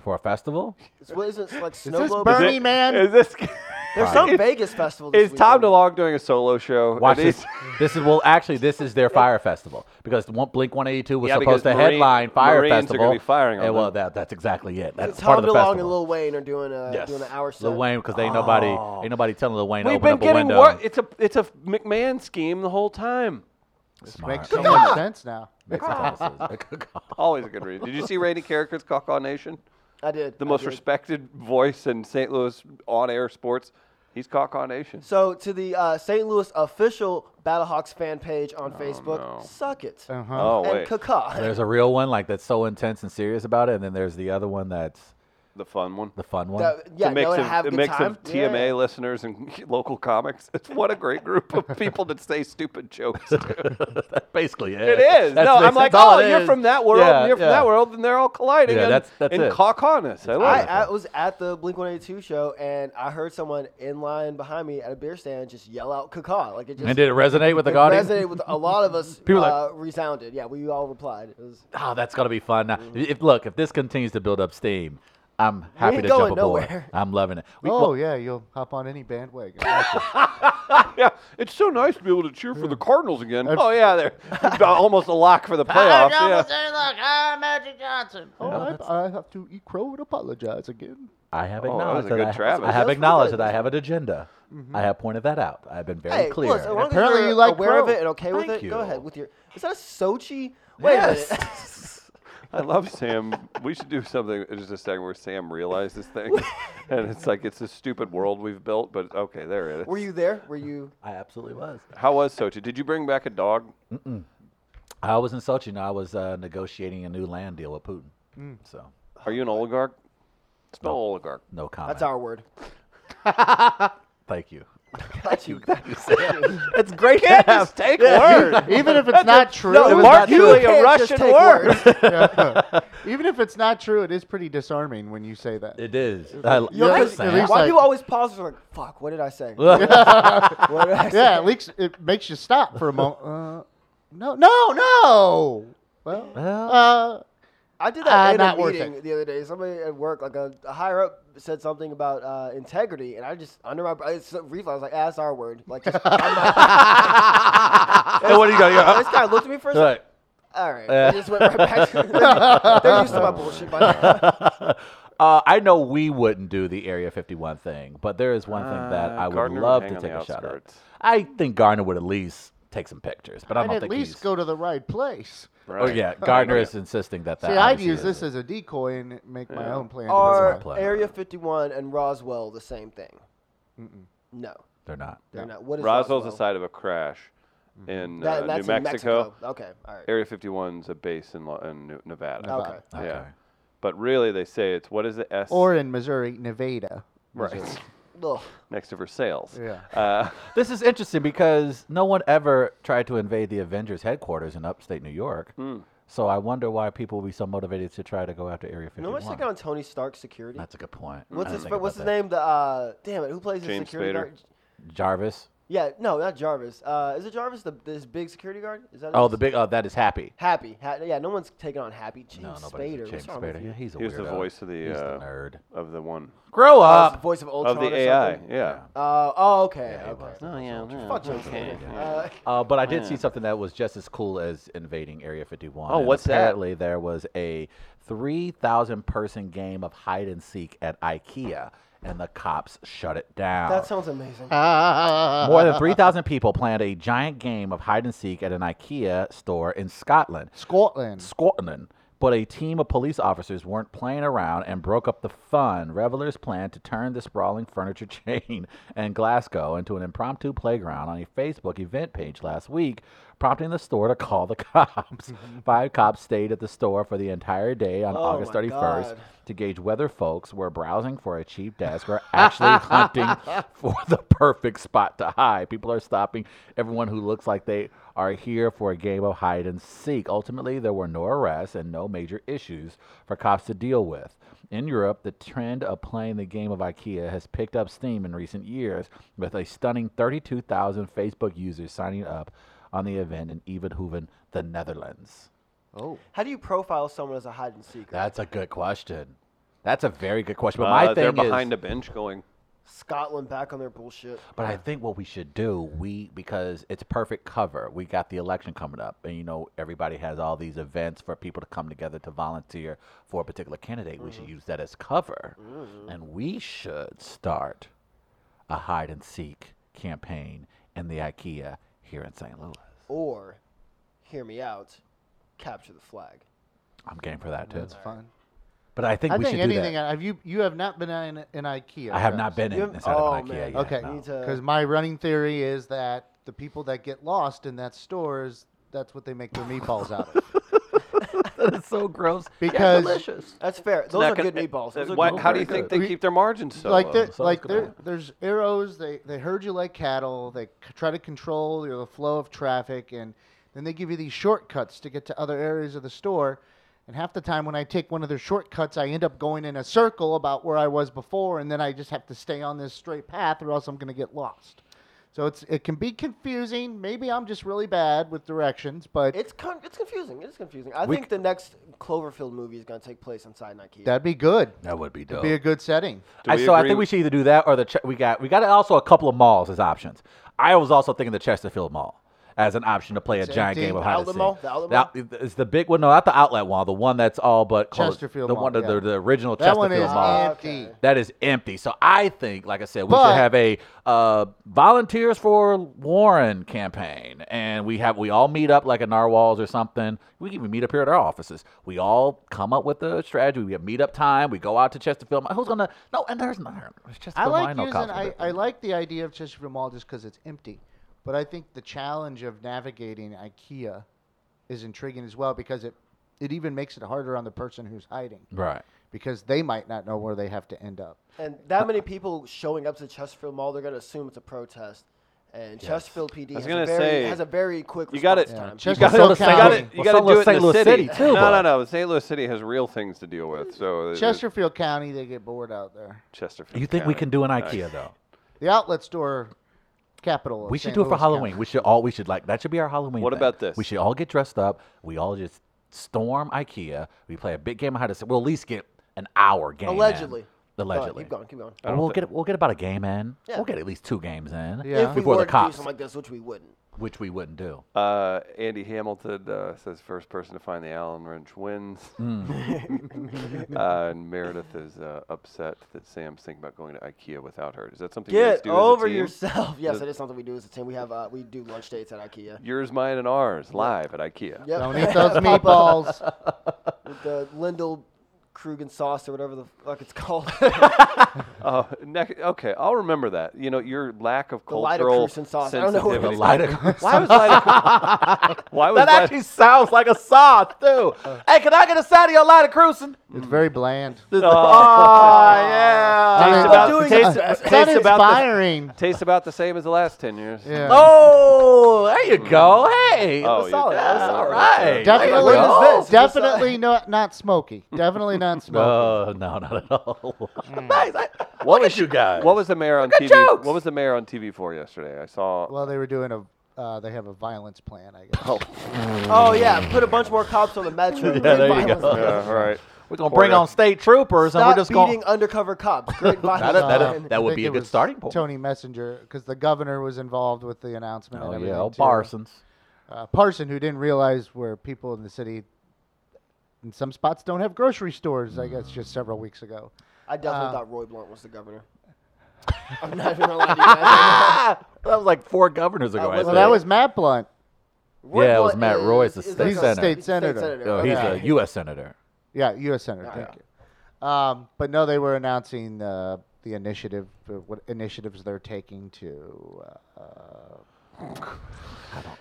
Speaker 3: for a festival.
Speaker 2: It's, what is it? It's like
Speaker 4: Is this
Speaker 2: snowblow.
Speaker 4: Bernie
Speaker 1: it-
Speaker 4: Man?
Speaker 1: Is this?
Speaker 2: There's some Vegas festival. This
Speaker 1: Is Tom
Speaker 2: weekend.
Speaker 1: DeLonge doing a solo show?
Speaker 3: Watch
Speaker 1: And
Speaker 3: this.
Speaker 1: he's-
Speaker 3: this is well, actually, this is their fire festival because one, Blink One Eighty Two was
Speaker 1: Yeah,
Speaker 3: supposed to
Speaker 1: because Marine-
Speaker 3: headline fire
Speaker 1: Marines are gonna
Speaker 3: festival.
Speaker 1: be firing on
Speaker 3: and, well,
Speaker 1: them.
Speaker 3: that that's exactly it. That's part
Speaker 2: Tom
Speaker 3: of the
Speaker 2: DeLonge
Speaker 3: festival.
Speaker 2: and Lil Wayne are doing a doing an hour set.
Speaker 3: Lil Wayne, because they ain't nobody ain't nobody telling Lil Wayne to
Speaker 1: We've
Speaker 3: open
Speaker 1: been
Speaker 3: up a
Speaker 1: getting
Speaker 3: window.
Speaker 1: what? It's a it's a McMahon scheme the whole time.
Speaker 4: This
Speaker 3: Smart.
Speaker 4: makes so much sense now.
Speaker 3: Makes a ton of sense.
Speaker 1: Always a good read. Did you see Randy Carricker's Caw Nation?
Speaker 2: I did.
Speaker 1: The
Speaker 2: I
Speaker 1: most
Speaker 2: did.
Speaker 1: respected voice in St. Louis on-air sports. He's Caw Nation.
Speaker 2: So to the uh, St. Louis official Battlehawks fan page on Facebook,
Speaker 1: Oh, no.
Speaker 2: suck it
Speaker 4: Uh-huh.
Speaker 1: Oh
Speaker 2: and
Speaker 1: wait,
Speaker 2: caca.
Speaker 3: There's a real one like that's so intense and serious about it, and then there's the other one that's
Speaker 1: the fun one.
Speaker 3: the fun one.
Speaker 2: That- yeah,
Speaker 1: It's a mix
Speaker 2: no,
Speaker 1: of,
Speaker 2: have a
Speaker 1: a
Speaker 2: good
Speaker 1: mix
Speaker 2: time.
Speaker 1: of TMA
Speaker 2: Yeah.
Speaker 1: listeners and local comics. It's what a great group of people that say stupid jokes. dude.
Speaker 3: that's basically it.
Speaker 1: It is.
Speaker 3: That's-
Speaker 1: no, I'm
Speaker 3: that's
Speaker 1: like,
Speaker 3: all
Speaker 1: oh,
Speaker 3: it
Speaker 1: you're
Speaker 3: is.
Speaker 1: from that world,
Speaker 3: Yeah,
Speaker 1: and you're from
Speaker 3: yeah.
Speaker 1: that world, and they're all colliding.
Speaker 3: Yeah,
Speaker 1: and,
Speaker 3: that's- that's
Speaker 1: and
Speaker 3: it.
Speaker 1: cock on us. I love
Speaker 2: I,
Speaker 1: it.
Speaker 2: I was at the Blink 182 show and I heard someone in line behind me at a beer stand just yell out caca. Like it just
Speaker 3: And did it resonate with the
Speaker 2: it
Speaker 3: audience?
Speaker 2: resonated with a lot of us.
Speaker 3: People like-
Speaker 2: uh, resounded. Yeah, we all replied. It was
Speaker 3: Oh, that's gonna be fun. Now,
Speaker 2: Mm-hmm.
Speaker 3: if look, if this continues to build up steam, I'm happy
Speaker 2: ain't
Speaker 3: to jump
Speaker 2: going
Speaker 3: aboard.
Speaker 2: nowhere.
Speaker 3: I'm loving it. We-
Speaker 4: Oh, yeah, you'll hop on any bandwagon.
Speaker 1: yeah, it's so nice to be able to cheer for the Cardinals again. oh yeah, they're almost a lock for the playoffs. Yeah.
Speaker 4: oh, I, I have to eat crow and apologize again.
Speaker 3: I have
Speaker 1: Oh, that was
Speaker 3: acknowledged
Speaker 1: a
Speaker 3: that,
Speaker 1: good
Speaker 3: I,
Speaker 1: Travis.
Speaker 3: I have
Speaker 2: That's
Speaker 3: acknowledged
Speaker 2: good. Mm-hmm.
Speaker 3: that I have an agenda. I have pointed that out. I've been very
Speaker 2: hey,
Speaker 3: clear.
Speaker 2: look, as long as
Speaker 4: Apparently
Speaker 2: you're
Speaker 4: you like
Speaker 2: aware of
Speaker 4: Crow.
Speaker 2: it and okay with
Speaker 3: Thank
Speaker 2: it. Go
Speaker 3: you.
Speaker 2: ahead with your. Is that a Sochi? Wait a minute.
Speaker 3: yes.
Speaker 1: I love Sam. We should do something just a second where Sam realizes things, and it's like it's a stupid world we've built. But okay, there it is.
Speaker 2: Were you there? Were you?
Speaker 3: I absolutely was.
Speaker 1: How was Sochi? Did you bring back a dog?
Speaker 3: I was in
Speaker 2: Mm.
Speaker 3: Sochi. and I was uh, negotiating a new land deal with Putin. So
Speaker 1: Are you an oligarch? Spell oligarch.
Speaker 3: No comment.
Speaker 2: That's our word.
Speaker 3: Thank you.
Speaker 2: Got you.
Speaker 3: It's great to
Speaker 1: Can't
Speaker 3: have.
Speaker 1: just take
Speaker 3: Yeah.
Speaker 1: word.
Speaker 4: Even if it's not true,
Speaker 3: no, it was not true.
Speaker 1: Largely
Speaker 3: You
Speaker 1: a
Speaker 3: can't just
Speaker 1: Russian
Speaker 3: take
Speaker 1: word.
Speaker 4: Yeah. even if it's not true, it is pretty disarming when you say that.
Speaker 3: It is. I,
Speaker 4: You're
Speaker 3: I
Speaker 4: like-
Speaker 3: understand.
Speaker 4: at least
Speaker 2: Why
Speaker 4: like-
Speaker 2: do you always pause? Like, fuck. What did I say? what
Speaker 3: Look,
Speaker 2: did I say?
Speaker 4: yeah, at least it makes you stop for a moment. Uh, no, no, no. Well,
Speaker 3: Well,
Speaker 4: uh,
Speaker 2: I did that
Speaker 4: Uh,
Speaker 2: in
Speaker 4: not
Speaker 2: a
Speaker 4: worth
Speaker 2: meeting
Speaker 4: it.
Speaker 2: the other day. Somebody at work, like a, a higher up, said something about uh, integrity, and I just under my it's a reflex, I was like, ah, "That's our word." Like, just, I'm like-
Speaker 3: And what do you got? You go,
Speaker 2: This guy looked at me for a second.
Speaker 3: look.
Speaker 2: All right,
Speaker 3: Yeah.
Speaker 2: I just went right back. To, they're used to my bullshit. By now.
Speaker 3: Uh, I know we wouldn't do the Area 51 thing, but there is one thing that
Speaker 1: Uh,
Speaker 3: I would
Speaker 1: Gardner would
Speaker 3: love
Speaker 1: hang
Speaker 3: to
Speaker 1: on the
Speaker 3: take a shot at.
Speaker 1: outskirts.
Speaker 3: I think Gardner would at least take some pictures, but I
Speaker 4: I'd
Speaker 3: don't
Speaker 4: at
Speaker 3: think
Speaker 4: least
Speaker 3: he's.
Speaker 4: go to the right place.
Speaker 3: oh
Speaker 1: Right.
Speaker 3: yeah, Gardner
Speaker 1: Yeah.
Speaker 3: is insisting that that.
Speaker 4: See, I'd
Speaker 3: obviously
Speaker 4: use
Speaker 3: is-
Speaker 4: this as a decoy and make my own plan. to
Speaker 3: That's
Speaker 2: Are
Speaker 3: my
Speaker 4: this
Speaker 3: plan.
Speaker 2: Area 51 and Roswell the same thing?
Speaker 4: Mm-mm.
Speaker 2: No,
Speaker 3: They're not.
Speaker 2: they're not. What is
Speaker 1: Roswell's the
Speaker 2: Roswell?
Speaker 1: site of a crash
Speaker 3: Mm-hmm.
Speaker 1: in
Speaker 2: That-
Speaker 1: uh, New
Speaker 2: that's
Speaker 1: Mexico.
Speaker 2: in Mexico. Okay, all right.
Speaker 1: Area 51's a base in, Lo- in New- Nevada.
Speaker 4: Nevada.
Speaker 2: Okay.
Speaker 1: Yeah.
Speaker 3: Okay.
Speaker 1: But really, they say it's what is the S?
Speaker 4: Or in Missouri, Nevada.
Speaker 1: right
Speaker 2: Ugh.
Speaker 1: next to Versailles.
Speaker 4: Yeah.
Speaker 1: Uh,
Speaker 3: This is interesting because no one ever tried to invade the Avengers headquarters in upstate New York.
Speaker 1: Hmm.
Speaker 3: So I wonder why people would be so motivated to try to go after Area
Speaker 2: You know
Speaker 3: 51.
Speaker 2: much like on Tony Stark security?
Speaker 3: That's a good point. I
Speaker 2: What's
Speaker 3: didn't
Speaker 2: his
Speaker 3: think
Speaker 2: What's his
Speaker 3: about
Speaker 2: name? The uh, damn it, who plays the
Speaker 1: James
Speaker 2: security
Speaker 1: Spader.
Speaker 2: guard?
Speaker 3: that. Jarvis.
Speaker 2: Yeah, no, not Jarvis. Uh, is it Jarvis? The this big security guard? Is that?
Speaker 3: Oh,
Speaker 2: his?
Speaker 3: the big. Oh, that is Happy.
Speaker 2: Happy. Ha- yeah, no one's taking on Happy. James
Speaker 3: no, nobody's
Speaker 2: Spader.
Speaker 3: a James
Speaker 2: What's wrong with
Speaker 3: Spader.
Speaker 2: you?
Speaker 3: Yeah, he's a
Speaker 1: He was the
Speaker 3: weirdo.
Speaker 1: voice of the,
Speaker 3: He's
Speaker 1: uh,
Speaker 3: the nerd.
Speaker 1: of the one
Speaker 3: Grow
Speaker 2: Oh, it's the
Speaker 3: up.
Speaker 2: voice of Ultron
Speaker 1: of the
Speaker 2: or
Speaker 1: AI.
Speaker 2: something?
Speaker 1: Yeah.
Speaker 2: Uh, oh, okay.
Speaker 3: Uh, Yeah, he
Speaker 2: okay.
Speaker 3: was the voice of Ultron.
Speaker 2: Fuck James
Speaker 1: Okay.
Speaker 2: Spader.
Speaker 1: Yeah.
Speaker 2: Uh,
Speaker 3: Uh, but I did see
Speaker 1: Yeah.
Speaker 3: something that was just as cool as invading Area 51.
Speaker 1: Oh,
Speaker 3: and
Speaker 1: what's that?
Speaker 3: apparently there was a 3,000 person game of hide and seek at IKEA, and the cops shut it down.
Speaker 2: Uh, that sounds amazing.
Speaker 4: Ah,
Speaker 3: More than 3,000 people planned a giant game of hide and seek at an IKEA store in Scotland.
Speaker 4: Scotland.
Speaker 3: Scotland. But a team of police officers weren't playing around and broke up the fun. Revelers planned to turn the sprawling furniture chain in Glasgow into an impromptu playground on a Facebook event page last week, prompting the store to call the cops. Five cops stayed at the store for the entire day on
Speaker 2: Oh
Speaker 3: August
Speaker 2: my
Speaker 3: 31st
Speaker 2: God.
Speaker 3: to gauge whether folks were browsing for a cheap desk or actually hunting for the perfect spot to hide. People are stopping everyone who looks like they are here for a game of hide and seek. Ultimately, there were no arrests and no major issues for cops to deal with. In Europe, the trend of playing the game of IKEA has picked up steam in recent years, with a stunning 32,000 Facebook users signing up on the event in Evenhoven, the Netherlands.
Speaker 4: Oh.
Speaker 2: How do you profile someone as a hide and seek?
Speaker 3: That's a good question. That's a very good question. But my
Speaker 1: Uh,
Speaker 3: thing
Speaker 1: they're
Speaker 3: is,
Speaker 1: behind a bench going.
Speaker 2: Scotland back on their bullshit.
Speaker 3: But I think what we should do, we because it's perfect cover. We got the election coming up, and you know everybody has all these events for people to come together to volunteer for a particular candidate. We should use that as cover, and we should start a hide and seek campaign in the IKEA here in St. Louis.
Speaker 2: Or, hear me out, capture the flag.
Speaker 3: I'm game for that too.
Speaker 4: That's fun.
Speaker 3: But I think
Speaker 4: I
Speaker 3: we
Speaker 4: think
Speaker 3: should do
Speaker 4: anything.
Speaker 3: that.
Speaker 4: Have you? You have not been in, in IKEA.
Speaker 3: I have not
Speaker 4: Travis.
Speaker 3: been in
Speaker 2: You have-
Speaker 3: inside
Speaker 2: oh,
Speaker 3: of an IKEA
Speaker 2: man.
Speaker 3: yet.
Speaker 4: Okay,
Speaker 3: no.
Speaker 2: Need to-
Speaker 4: Because my running theory is that the people that get lost in that store is that's what they make their meatballs out of.
Speaker 3: that is so gross. yet
Speaker 4: Because-
Speaker 3: delicious.
Speaker 2: That's fair. Those
Speaker 1: Not
Speaker 2: are
Speaker 1: gonna-
Speaker 2: good meatballs.
Speaker 1: uh,
Speaker 2: Those are
Speaker 1: why-
Speaker 2: good
Speaker 1: how do
Speaker 2: meatballs.
Speaker 1: you think
Speaker 4: good.
Speaker 1: they keep their margins so uh,
Speaker 4: like
Speaker 1: low?
Speaker 4: there,
Speaker 3: so
Speaker 4: like
Speaker 3: it's
Speaker 4: there,
Speaker 3: gonna-
Speaker 4: there's arrows. They they herd you like cattle. They c- try to control your, the flow of traffic, and then they give you these shortcuts to get to other areas of the store. And half the time, when I take one of their shortcuts, I end up going in a circle about where I was before, and then I just have to stay on this straight path, or else I'm going to get lost. So it's it can be confusing. Maybe I'm just really bad with directions, but
Speaker 2: It's con- it's confusing. It's confusing. I
Speaker 3: We
Speaker 2: think the next Cloverfield movie is gonna take place inside an IKEA.
Speaker 4: that'd be good.
Speaker 3: That would be dope.
Speaker 4: Be a good setting.
Speaker 1: Do
Speaker 3: I,
Speaker 1: we
Speaker 3: so I
Speaker 1: agree
Speaker 3: think we
Speaker 1: with-
Speaker 3: should either do that or the Ch- we got we got also a couple of malls as options. I was also thinking the Chesterfield Mall as an option to play a
Speaker 4: It's
Speaker 3: giant game
Speaker 4: 18.
Speaker 3: of hide and
Speaker 2: Outlet
Speaker 3: seek.
Speaker 2: Mall? The Outlet
Speaker 3: Now, It's the big one, no, not the outlet one, the one that's all but closed,
Speaker 4: Chesterfield
Speaker 3: the
Speaker 4: Mall,
Speaker 3: one that
Speaker 4: yeah.
Speaker 3: the, the original
Speaker 4: That one
Speaker 3: Chesterfield
Speaker 4: is
Speaker 3: Mall.
Speaker 4: empty.
Speaker 2: Okay.
Speaker 3: That is empty. So I think, like I said, we
Speaker 4: But-
Speaker 3: should have a uh, volunteers for Warren campaign, and we have we all meet up like at Narwhals or something. We can even meet up here at our offices. We all come up with a strategy. We have meetup time. We go out to Chesterfield. Who's gonna? No, and there's not. There's
Speaker 4: I
Speaker 3: Chesterfield.
Speaker 4: like
Speaker 3: no
Speaker 4: using.
Speaker 3: cops
Speaker 4: I,
Speaker 3: with it.
Speaker 4: I like the idea of Chesterfield Mall just because it's empty, but I think the challenge of navigating IKEA is intriguing as well because it it even makes it harder on the person who's hiding
Speaker 3: Right.
Speaker 4: because they might not know where they have to end up.
Speaker 2: And that many people showing up to Chesterfield Mall, they're going to assume it's a protest. And Chesterfield
Speaker 1: I
Speaker 2: PD
Speaker 1: was
Speaker 2: has
Speaker 1: gonna
Speaker 2: a, very,
Speaker 1: say,
Speaker 2: has a very quick
Speaker 1: you gotta-
Speaker 2: response
Speaker 1: Yeah,
Speaker 2: time.
Speaker 1: You
Speaker 4: Chester-
Speaker 1: gotta,
Speaker 4: Well,
Speaker 1: you
Speaker 4: so does
Speaker 1: gotta,
Speaker 4: County.
Speaker 1: you
Speaker 3: Well,
Speaker 1: gotta
Speaker 3: so
Speaker 1: do
Speaker 3: does
Speaker 1: it in
Speaker 3: St.
Speaker 1: the
Speaker 3: Louis
Speaker 1: city.
Speaker 3: City, too,
Speaker 1: no, no,
Speaker 3: but-
Speaker 1: no. St. Louis City has real things to deal with. So Chester,
Speaker 4: Chesterfield County, they get bored out there.
Speaker 1: Chesterfield.
Speaker 3: You think we
Speaker 1: County.
Speaker 3: can do an
Speaker 1: Nice.
Speaker 3: IKEA though?
Speaker 4: The outlet store capital. Of
Speaker 3: We should
Speaker 4: St.
Speaker 3: do it for
Speaker 4: Louis County.
Speaker 3: Halloween. We should all we should like that should be our Halloween.
Speaker 1: What
Speaker 3: thing.
Speaker 1: about this?
Speaker 3: We should all get dressed up. We all just storm IKEA. We play a big game of hide and seek. We'll at least get an hour game. in.
Speaker 2: Allegedly. Go
Speaker 3: Allegedly.
Speaker 2: on, keep going, keep going.
Speaker 1: I don't
Speaker 3: We'll
Speaker 1: thi-
Speaker 3: get we'll get about a game in.
Speaker 2: Yeah.
Speaker 3: We'll get at least two games in.
Speaker 4: Yeah.
Speaker 2: If we
Speaker 3: Before
Speaker 2: were
Speaker 3: the
Speaker 2: to do
Speaker 3: cops,
Speaker 2: something like this, which we wouldn't.
Speaker 3: which we wouldn't do.
Speaker 1: Uh, Andy Hamilton uh, says first person to find the Allen wrench wins.
Speaker 3: Hmm.
Speaker 1: uh, and Meredith is uh, upset that Sam's thinking about going to IKEA without her. Is that something you guys
Speaker 2: Get
Speaker 1: do as
Speaker 2: over
Speaker 1: a team?
Speaker 2: yourself. Yes, it is something we do as a team. We have uh, we do lunch dates at IKEA.
Speaker 1: Yours, mine, and ours live at IKEA.
Speaker 2: Yep.
Speaker 4: Don't eat those meatballs.
Speaker 2: With the Lindel Krugen sauce or whatever the fuck it's called.
Speaker 1: Uh, nec- okay, I'll remember that. You know your lack of
Speaker 2: The lighter
Speaker 1: cultural
Speaker 2: Crucian sauce. I don't know
Speaker 1: sensitivity.
Speaker 2: what it
Speaker 3: The light
Speaker 1: Why was lighter? why was
Speaker 3: that actually sounds like a sauce too.
Speaker 2: Uh.
Speaker 3: hey, can I get a side of your light of cruising?
Speaker 4: it's very bland.
Speaker 3: Oh yeah.
Speaker 4: Taste
Speaker 1: Tastes
Speaker 4: But
Speaker 1: about,
Speaker 2: doing
Speaker 1: tastes-
Speaker 2: it-
Speaker 1: tastes
Speaker 3: uh,
Speaker 4: It's not
Speaker 1: about the,
Speaker 4: inspiring.
Speaker 1: tastes about the same as the last ten years.
Speaker 4: Yeah.
Speaker 3: Oh, there you go. Hey,
Speaker 1: Oh,
Speaker 3: it was
Speaker 1: you-
Speaker 3: solid.
Speaker 1: yeah,
Speaker 3: That's all
Speaker 1: yeah.
Speaker 3: right.
Speaker 4: Definitely,
Speaker 2: Where
Speaker 3: oh.
Speaker 2: is this?
Speaker 4: definitely not not smoky. Definitely not smoky.
Speaker 3: No, no, not at all. Nice. I, what was you guys?
Speaker 1: What Hmm. was the mayor on
Speaker 3: Good
Speaker 1: TV?
Speaker 3: jokes.
Speaker 1: What was the mayor on TV for yesterday? I saw.
Speaker 4: Well, they were doing a. Uh, they have a violence plan, I guess.
Speaker 2: oh yeah, put a bunch more cops on the metro. Great
Speaker 3: there you go.
Speaker 2: violence.
Speaker 1: yeah, uh, all right.
Speaker 3: We're gonna bring
Speaker 1: Porter.
Speaker 3: on state troopers, and we're
Speaker 2: Stop
Speaker 3: just
Speaker 2: beating
Speaker 3: going.
Speaker 2: undercover cops. Great violence.
Speaker 3: That- that-
Speaker 2: And-
Speaker 3: that-
Speaker 4: Uh, I
Speaker 3: would
Speaker 4: think
Speaker 3: be a
Speaker 4: it
Speaker 3: good
Speaker 4: was
Speaker 3: starting point.
Speaker 4: Tony Messenger, because the governor was involved with the announcement.
Speaker 3: Oh
Speaker 4: and
Speaker 3: yeah,
Speaker 4: everything,
Speaker 3: old
Speaker 4: too.
Speaker 3: Parsons.
Speaker 4: Uh, Parson, who didn't realize where people in the city, in some spots, don't have grocery stores. I guess just several weeks ago.
Speaker 2: I definitely
Speaker 4: Uh,
Speaker 2: thought Roy Blunt was the governor. I'm not even gonna lie to you. guys.
Speaker 3: Ah, that was like four governors ago.
Speaker 2: That
Speaker 3: I
Speaker 2: was-
Speaker 4: Well,
Speaker 3: think.
Speaker 4: that was Matt Blunt.
Speaker 2: Roy
Speaker 3: Yeah, it was
Speaker 2: Blunt
Speaker 3: Matt Roy,
Speaker 2: is-
Speaker 3: the
Speaker 2: is
Speaker 3: state
Speaker 2: like a
Speaker 4: senator.
Speaker 2: State,
Speaker 4: State
Speaker 2: senator.
Speaker 3: Oh, he's
Speaker 2: okay.
Speaker 3: a U.S. senator.
Speaker 4: Yeah, U.S. Senator.
Speaker 2: Yeah.
Speaker 4: thank you. Um, but no, they were announcing uh, the initiative, uh, what initiatives they're taking to uh,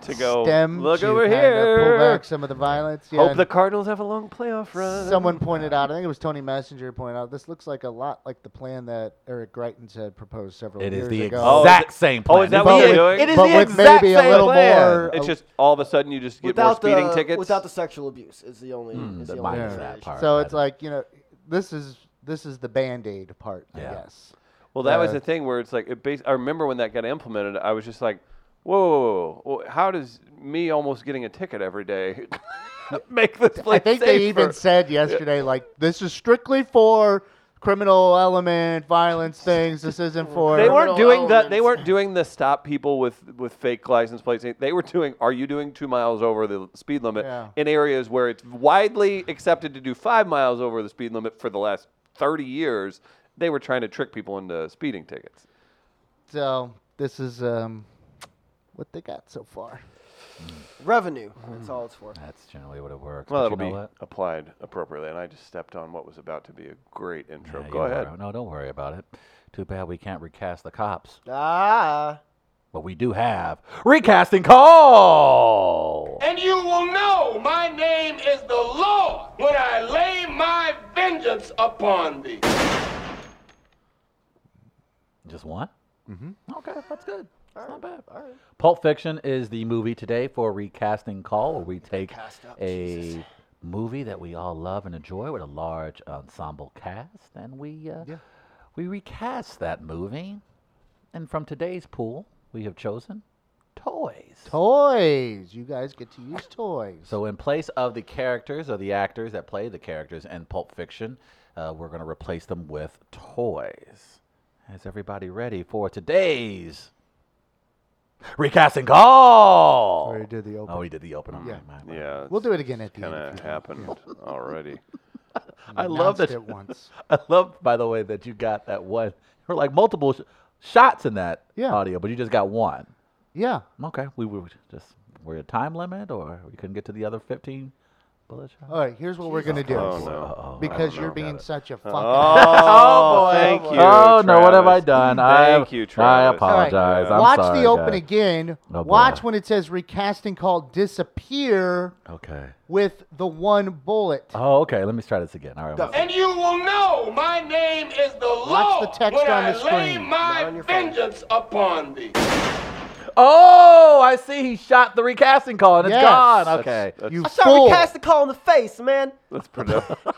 Speaker 1: To go.
Speaker 4: stem.
Speaker 1: look
Speaker 4: to
Speaker 1: over
Speaker 4: kinda Pull
Speaker 1: here.
Speaker 4: back some of the violence. Yeah,
Speaker 1: Hope
Speaker 4: and
Speaker 1: the Cardinals have a long playoff run.
Speaker 4: someone pointed out. I think it was Tony Messenger pointed out. This looks like a lot like the plan that Eric Greitens had proposed several
Speaker 3: It
Speaker 4: years
Speaker 3: is the
Speaker 4: ago.
Speaker 1: Oh, is
Speaker 3: exact
Speaker 1: it-
Speaker 3: same
Speaker 1: oh,
Speaker 3: plan.
Speaker 1: is that
Speaker 3: It
Speaker 1: what
Speaker 4: But
Speaker 1: we're
Speaker 4: with-
Speaker 1: doing?
Speaker 3: It is
Speaker 4: but
Speaker 3: the
Speaker 4: with
Speaker 3: exact
Speaker 4: maybe a
Speaker 3: same
Speaker 4: little
Speaker 3: plan.
Speaker 4: more.
Speaker 1: It's just all of a sudden you just get more
Speaker 2: Without
Speaker 1: speeding
Speaker 2: the,
Speaker 1: tickets.
Speaker 2: Without the sexual abuse is the only.
Speaker 3: Mm,
Speaker 2: is
Speaker 3: the
Speaker 2: the only
Speaker 3: minus that
Speaker 2: variation.
Speaker 3: part.
Speaker 4: So
Speaker 3: Right,
Speaker 4: it's
Speaker 3: that-
Speaker 4: like you know, this is this is the band aid part. I
Speaker 3: Yeah.
Speaker 4: guess.
Speaker 1: Well, that was
Speaker 4: Uh,
Speaker 1: the thing where it's like it bas- I remember when that got implemented, I was just like, "Whoa, whoa, whoa, whoa. how does me almost getting a ticket every day make this place
Speaker 4: I think they even
Speaker 1: safer?"
Speaker 4: said yesterday, like, this is strictly for criminal element, violence things. This isn't for.
Speaker 1: they weren't
Speaker 2: criminal
Speaker 1: doing the they
Speaker 2: elements.
Speaker 1: weren't doing the stop people with with fake license plates. They were doing are you doing 2 miles over the speed limit
Speaker 4: Yeah.
Speaker 1: in areas where it's widely accepted to do 5 miles over the speed limit for the last 30 years. They were trying to trick people into speeding tickets.
Speaker 4: So this is um, what they got so far.
Speaker 2: Revenue. That's all it's for.
Speaker 3: That's generally what it works.
Speaker 1: Well,
Speaker 3: but
Speaker 1: that'll
Speaker 3: you know
Speaker 1: be
Speaker 3: what?
Speaker 1: applied appropriately, and I just stepped on what was about to be a great intro.
Speaker 3: Yeah, you
Speaker 1: Go
Speaker 3: worry-
Speaker 1: ahead.
Speaker 3: No, don't worry about it. Too bad we can't recast the cops,
Speaker 2: Ah.
Speaker 3: but we do have recasting call.
Speaker 5: And you will know my name is the Lord when I lay my vengeance upon thee.
Speaker 3: Just one? Mm-hmm. Okay, that's good. That's not bad.
Speaker 2: All right.
Speaker 3: Pulp Fiction is the movie today for recasting call, where we take
Speaker 2: Cast up,
Speaker 3: a
Speaker 2: Jesus.
Speaker 3: movie that we all love and enjoy with a large ensemble cast, and we uh, we recast that movie. And from today's pool, we have chosen toys.
Speaker 4: Toys. You guys get to use toys.
Speaker 3: So, in place of the characters or the actors that play the characters in Pulp Fiction, uh, we're going to replace them with toys. Is everybody ready for today's recasting call?
Speaker 4: Already did the
Speaker 3: Oh,
Speaker 4: open.
Speaker 3: we did the open.
Speaker 4: Yeah.
Speaker 3: Alright, my bad.
Speaker 1: Yeah,
Speaker 4: We'll do it again at the
Speaker 1: Kind
Speaker 4: end.
Speaker 1: of
Speaker 4: if you want.
Speaker 1: happened already.
Speaker 3: I love that.
Speaker 4: Announced it once.
Speaker 3: I love, by the way, that you got that one. There were like multiple sh- shots in that
Speaker 4: Yeah.
Speaker 3: audio, but you just got one.
Speaker 4: Yeah.
Speaker 3: Okay, we were just were you a time limit, or we couldn't get to the other fifteen bullet shot?
Speaker 4: All right, here's what we're gonna do.
Speaker 1: Oh, no.
Speaker 4: Because you're being such a fucking.
Speaker 1: Oh,
Speaker 3: boy.
Speaker 1: thank you.
Speaker 3: Oh, no, what have I
Speaker 1: Travis.
Speaker 3: done? I-
Speaker 1: Thank you,
Speaker 3: I
Speaker 1: Travis.
Speaker 4: All
Speaker 3: apologize. I'm
Speaker 4: Watch
Speaker 3: sorry,
Speaker 4: the open
Speaker 3: guys.
Speaker 4: again.
Speaker 3: Oh, boy.
Speaker 4: Watch when it says recasting called disappear
Speaker 3: Okay.
Speaker 4: with the one bullet.
Speaker 3: Oh, okay. Let me try this again. All right.
Speaker 4: The-
Speaker 5: And you will know my name is the Lord
Speaker 4: the text
Speaker 5: when
Speaker 4: on
Speaker 5: I
Speaker 4: the
Speaker 5: lay
Speaker 4: screen,
Speaker 2: not on
Speaker 5: my
Speaker 2: your phone.
Speaker 5: vengeance upon thee.
Speaker 3: Oh, I see. He shot the recasting call and
Speaker 4: Yes.
Speaker 3: it's gone.
Speaker 4: That's-
Speaker 3: Okay.
Speaker 1: That's,
Speaker 4: you
Speaker 2: I
Speaker 1: that's,
Speaker 2: shot
Speaker 4: fool.
Speaker 2: recast the call in the face, man.
Speaker 1: that's, produ-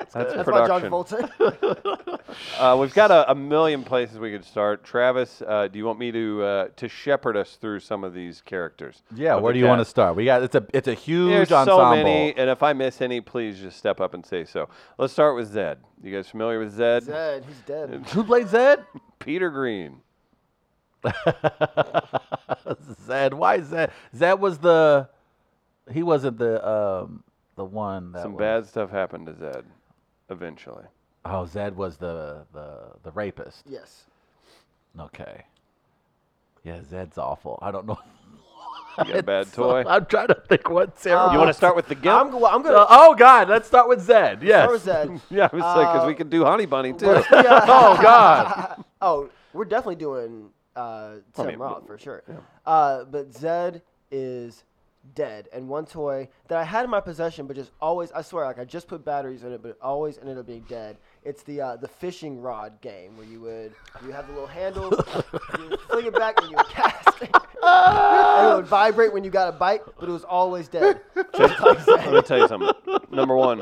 Speaker 1: that's
Speaker 2: That's my John
Speaker 1: production.
Speaker 2: Fulton.
Speaker 1: Uh, we've got a, a million places we could start. Travis, uh, do you want me to uh, to shepherd us through some of these characters?
Speaker 3: Yeah.
Speaker 1: of
Speaker 3: Where
Speaker 1: the
Speaker 3: do you want to
Speaker 1: cast?
Speaker 3: start? We got it's a it's a huge
Speaker 1: There's
Speaker 3: ensemble.
Speaker 1: so many, and if I miss any, please just step up and say so. Let's start with Zed. You guys familiar with Zed?
Speaker 2: dead. He's dead.
Speaker 3: Who played Zed?
Speaker 1: Peter Green.
Speaker 3: Zed. Why Zed? Zed was the he wasn't the um the one that
Speaker 1: Some
Speaker 3: was,
Speaker 1: bad stuff happened to Zed, eventually.
Speaker 3: Oh, Zed was the the the rapist.
Speaker 2: Yes.
Speaker 3: Okay. Yeah, Zed's awful. I don't know.
Speaker 1: You got a bad
Speaker 3: It's-
Speaker 1: toy.
Speaker 3: I'm trying to think what terrible.
Speaker 1: you want to start with the gimp?
Speaker 2: I'm, go- I'm
Speaker 3: Uh,
Speaker 2: gonna.
Speaker 3: oh God, let's start with Zed. Yes.
Speaker 2: Where was that?
Speaker 1: yeah, I was like, because
Speaker 2: uh,
Speaker 1: we can do Honey Bunny too.
Speaker 2: Where's the, uh,
Speaker 3: Oh God.
Speaker 2: oh, we're definitely doing uh, Tim
Speaker 1: mean,
Speaker 2: Roth
Speaker 1: w-
Speaker 2: for sure. Uh, but Zed is dead, and one toy that I had in my possession, but just always I swear, like I just put batteries in it, but it always ended up being dead. It's the uh, the fishing rod game where you would you have the little handle, you would fling it back, and you would cast. it. and it would vibrate when you got a bite, but it was always dead.
Speaker 1: Let me tell you something. Number one,